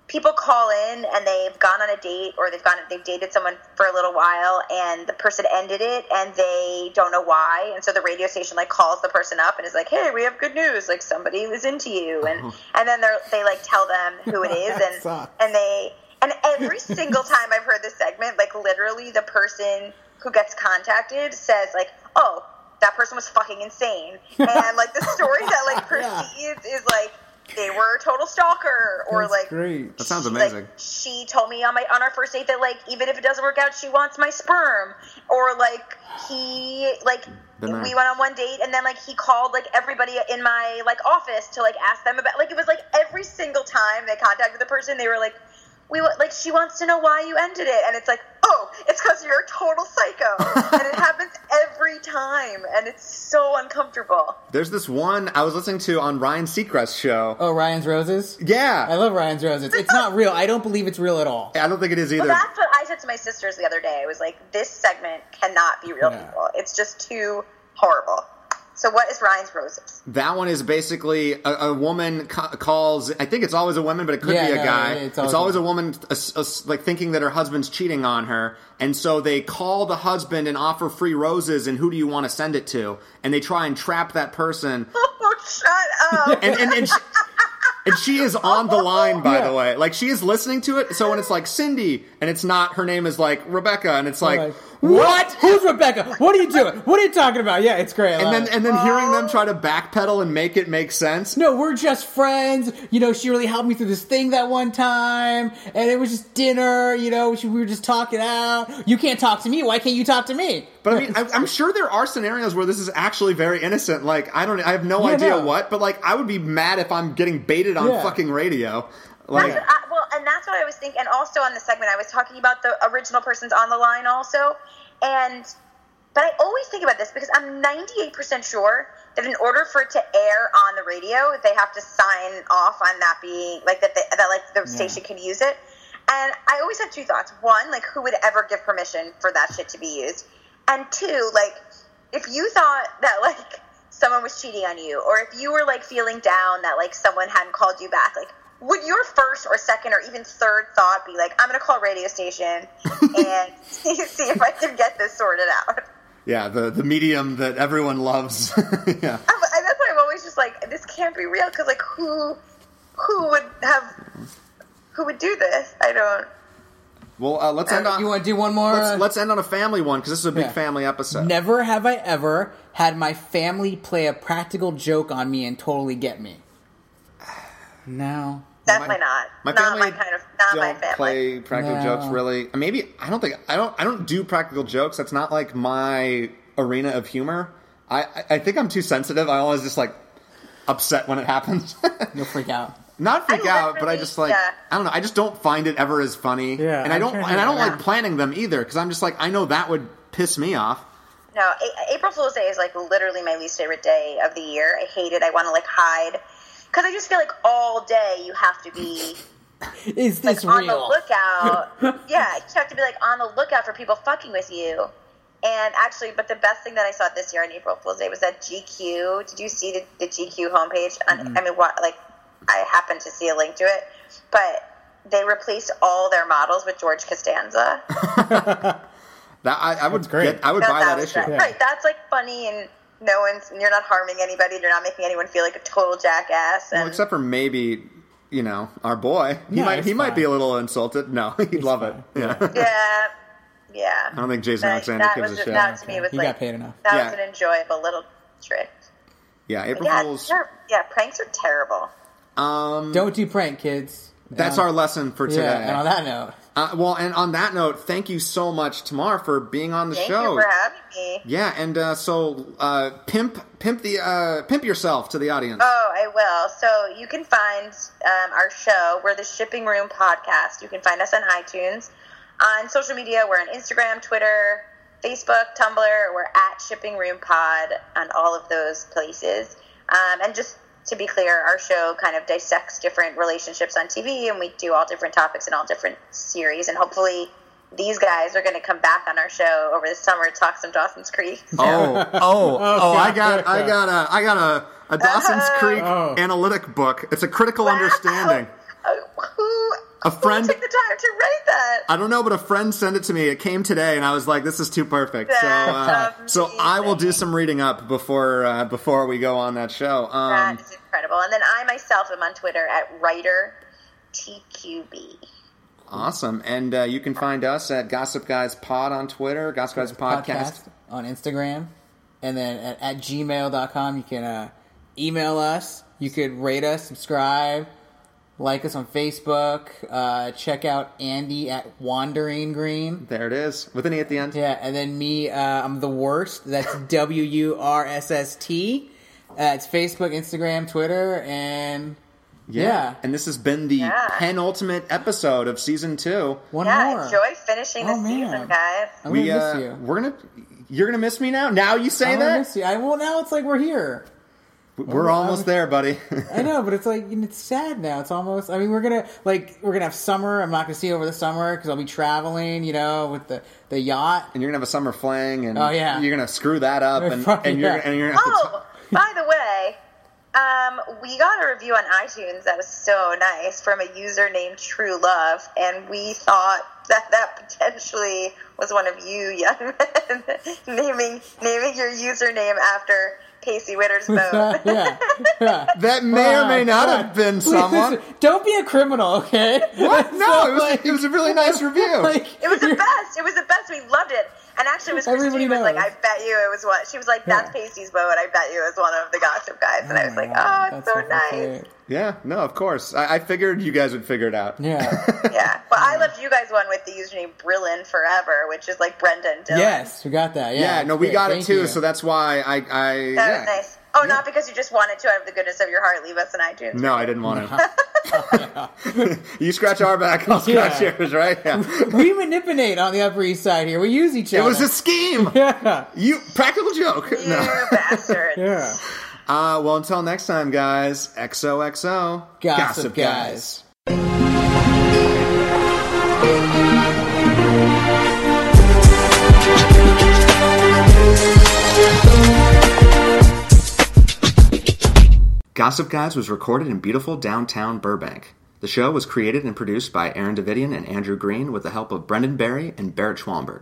people call in and they've gone on a date or they've gone they've dated someone for a little while, and the person ended it, and they don't know why, and so the radio station like calls the person up and is like, "Hey, we have good news! Like somebody is into you," and and then they are they like tell them who it
Oh.
is,
That
and
sucks.
and they and every single time I've heard this segment, like literally the person who gets contacted says like, "Oh, that person was fucking insane," and like the story that like
Yeah.
proceeds is like they were a total stalker or
That's
like
great.
That sounds
she-
amazing.
Like, she told me on my on our first date that like even if it doesn't work out, she wants my sperm. Or like he like
The man.
we went on one date and then like he called like everybody in my like office to like ask them about like it was like every single time they contacted the person they were like we wa- like she wants to know why you ended it and it's like oh it's because you're a total psycho and it happens every time and it's so uncomfortable.
There's this one I was listening to on Ryan Seacrest's show.
Oh, Ryan's roses.
yeah.
I love Ryan's roses. It's not real. I don't believe it's real at all.
I don't think it is either.
Well, that's what I said to my sisters the other day. I was like, this segment cannot be real
Yeah.
people. It's just too horrible. So what is Ryan's roses?
That one is basically a, a woman ca- calls. I think it's always a woman, but it could
Yeah,
be a
no,
guy.
yeah,
it's always, a woman, a- a- like thinking that her husband's cheating on her, and so they call the husband and offer free roses. And who do you want to send it to? And they try and trap that person.
Oh, shut up.
And and and she, and she is on the line. By
Yeah.
the way, like she is listening to it. So when it's like Cindy, and it's not her name is like Rebecca, and it's like,
Like,
what?
Who's Rebecca? What are you doing? What are you talking about? Yeah, it's great. I
And
love
then
it.
and then hearing them try to backpedal and make it make sense.
no, we're just friends. You know, she really helped me through this thing that one time, and it was just dinner. You know, she, we were just talking out. You can't talk to me. Why can't you talk to me?
But I mean, I, I'm sure there are scenarios where this is actually very innocent. Like, I don't, I have no
Yeah,
idea
no.
what, but like, I would be mad if I'm getting baited on
Yeah.
fucking radio.
That's
Like,
what I, well, and that's what I was thinking. And also on the segment, I was talking about the original person's on the line also. And, but I always think about this because I'm 98% sure that in order for it to air on the radio, they have to sign off on that being, like, that, they, that like, the station can use it. And I always have two thoughts. One, like, who would ever give permission for that shit to be used? And two, like, if you thought that, like, someone was cheating on you, or if you were, like, feeling down that, like, someone hadn't called you back, like, would your first or second or even third thought be, like, I'm going to call radio station and see see if I can get this sorted out?
yeah, the the medium that everyone loves. yeah,
I'm, I, that's why I'm always just like, this can't be real, because, like, who, who would have, who would do this? I don't.
well, uh, let's end on.
You want to do one more?
let's, let's end on a family one because this is a big
Yeah.
family episode.
Never have I ever had my family play a practical joke on me and totally get me. No.
Definitely not.
My
not
family
my kind of. Not my
don't
family.
play practical
No.
jokes really. Maybe I don't think I don't I don't do practical jokes. That's not like my arena of humor. I I- I think I'm too sensitive. I always just like upset when it happens.
You'll freak out.
not freak
I
out, but I
literally-
just like
yeah.
I don't know. I just don't find it ever as funny.
Yeah,
and I
I'm
don't
sure
and I don't
you are.
like planning them either because I'm just like I know that would piss me off.
No, a- April Fool's Day is like literally my least favorite day of the year. I hate it. I want to like hide because I just feel like all day you have to be
Is
like
this
on the
real?
lookout. yeah, you have to be like on the lookout for people fucking with you. And actually, but the best thing that I saw this year on April Fool's Day was that GQ. Did you see the, the GQ homepage? On, I mean, what like I happened to see a link to it, but they replaced all their models with George Costanza.
That I, I would
That's great.
get- I would
That-
buy that
was
issue.
that- Right, that's like funny and no one's you're not harming anybody, you're not making anyone feel like a total jackass and
Well, except for maybe you know our boy. He
No,
might
it's
he might
fine.
be a little insulted. No, he'd love it. Yeah.
yeah. Yeah.
I don't think Jason Alexander
that
gives
was
a shit.
That to me was
He
like
got paid enough.
That
Yeah.
was an enjoyable little trick.
yeah, April
Yeah,
Fools.
ter- yeah, pranks are terrible.
Um,
Don't do prank, kids.
that's
Um,
our lesson for today.
Yeah, and on that note,
uh, well, and on that note, thank you so much, Tamar, for being on the
Thank
show.
you for having me.
yeah, and uh, so uh, pimp pimp the uh, pimp yourself to the audience.
Oh, I will. So you can find um, our show. We're the Shipping Room Podcast. You can find us on iTunes. On social media, we're on Instagram, Twitter, Facebook, Tumblr. We're at Shipping Room Pod on all of those places. Um, and just to be clear, our show kind of dissects different relationships on TV, and we do all different topics and all different series. And hopefully, these guys are going to come back on our show over the summer to talk some Dawson's Creek.
Oh, oh, oh! I got, I
Okay.
got a, I got a, a Dawson's Creek
Oh.
analytic book. It's a critical understanding.
Uh, who,
A friend-
who took the time to write that?
I don't know, but a friend sent it to me. It came today, and I was like, "This is too perfect." So, uh,
That's
so I will do
amazing.
some reading up before uh, before we go on that show. Um,
That is incredible. And then I myself am on Twitter at writer TQB.
awesome, and uh, you can find us at Gossip Guys Pod on Twitter, Gossip Guys Podcast.
podcast on Instagram, and then at, at gmail.com, you can uh, email us. You could rate us, subscribe, like us on Facebook. Uh, check out Andy at Wandering Green.
There it is, with an e at the end.
Yeah, and then me, uh, I'm the worst. That's W U R S S T. Uh, it's Facebook, Instagram, Twitter, and yeah,
and this has been the
Yeah.
penultimate episode of season two.
one
Yeah,
more.
enjoy finishing the
Oh, man.
season, guys.
I'm
we
gonna
uh,
miss you.
we're gonna you're gonna miss me now. Now you say
I'm gonna
that
miss you. I well now it's like we're here.
we're
I'm-
almost there, buddy.
I know, but it's like and it's sad now. It's almost. I mean, we're gonna like we're gonna have summer. I'm not gonna see you over the summer because I'll be traveling. You know, with the the yacht.
and you're gonna have a summer fling, and
Oh, yeah.
you're gonna screw that up, and,
Fuck
and you're
yeah.
and you're gonna have to
Oh, by the way, um, we got a review on iTunes that was so nice from a user named True Love, and we thought that that potentially was one of you, young men, naming naming your username after Casey Witherspoon.
yeah, yeah.
That may or may
Oh,
not
God.
have been
Please,
someone.
listen, don't be a criminal, okay?
What? No,
So,
it was,
like-
it was a really nice review.
like,
It was the best. It was the best. We loved it. And actually, it was
Everybody
Christine was like,
knows.
"I bet you it was what." She was like, "That's
Yeah.
Pacey's boat. I bet you it was one of the Gossip Guys." And I was
my
like,
God,
"Oh,
that's
it's so
fucking
nice."
great.
yeah, no, of course. I, I figured you guys would figure it out.
Yeah.
yeah. Well, I left you guys one with the username Brillin Forever, which is like Brendan Dillon.
yes, we got that. Yeah,
Yeah, no, we
great.
got it
Thank
too,
you.
so that's why I. I
That
yeah.
was nice. Oh, not because you just wanted to out of the goodness of your heart leave us an iTunes.
No, I didn't want to. you scratch our back, I'll scratch
Yeah.
yours, right? Yeah.
we manipulate on the Upper East Side here. We use each
It
other.
was a scheme.
yeah,
You practical joke.
You
No.
bastard.
yeah.
Uh, well, until next time, guys. XOXO.
Gossip Guys.
Gossip Guys was recorded in beautiful downtown Burbank. The show was created and produced by Aaron Davidian and Andrew Green with the help of Brendan Barry and Barrett Schwamberg.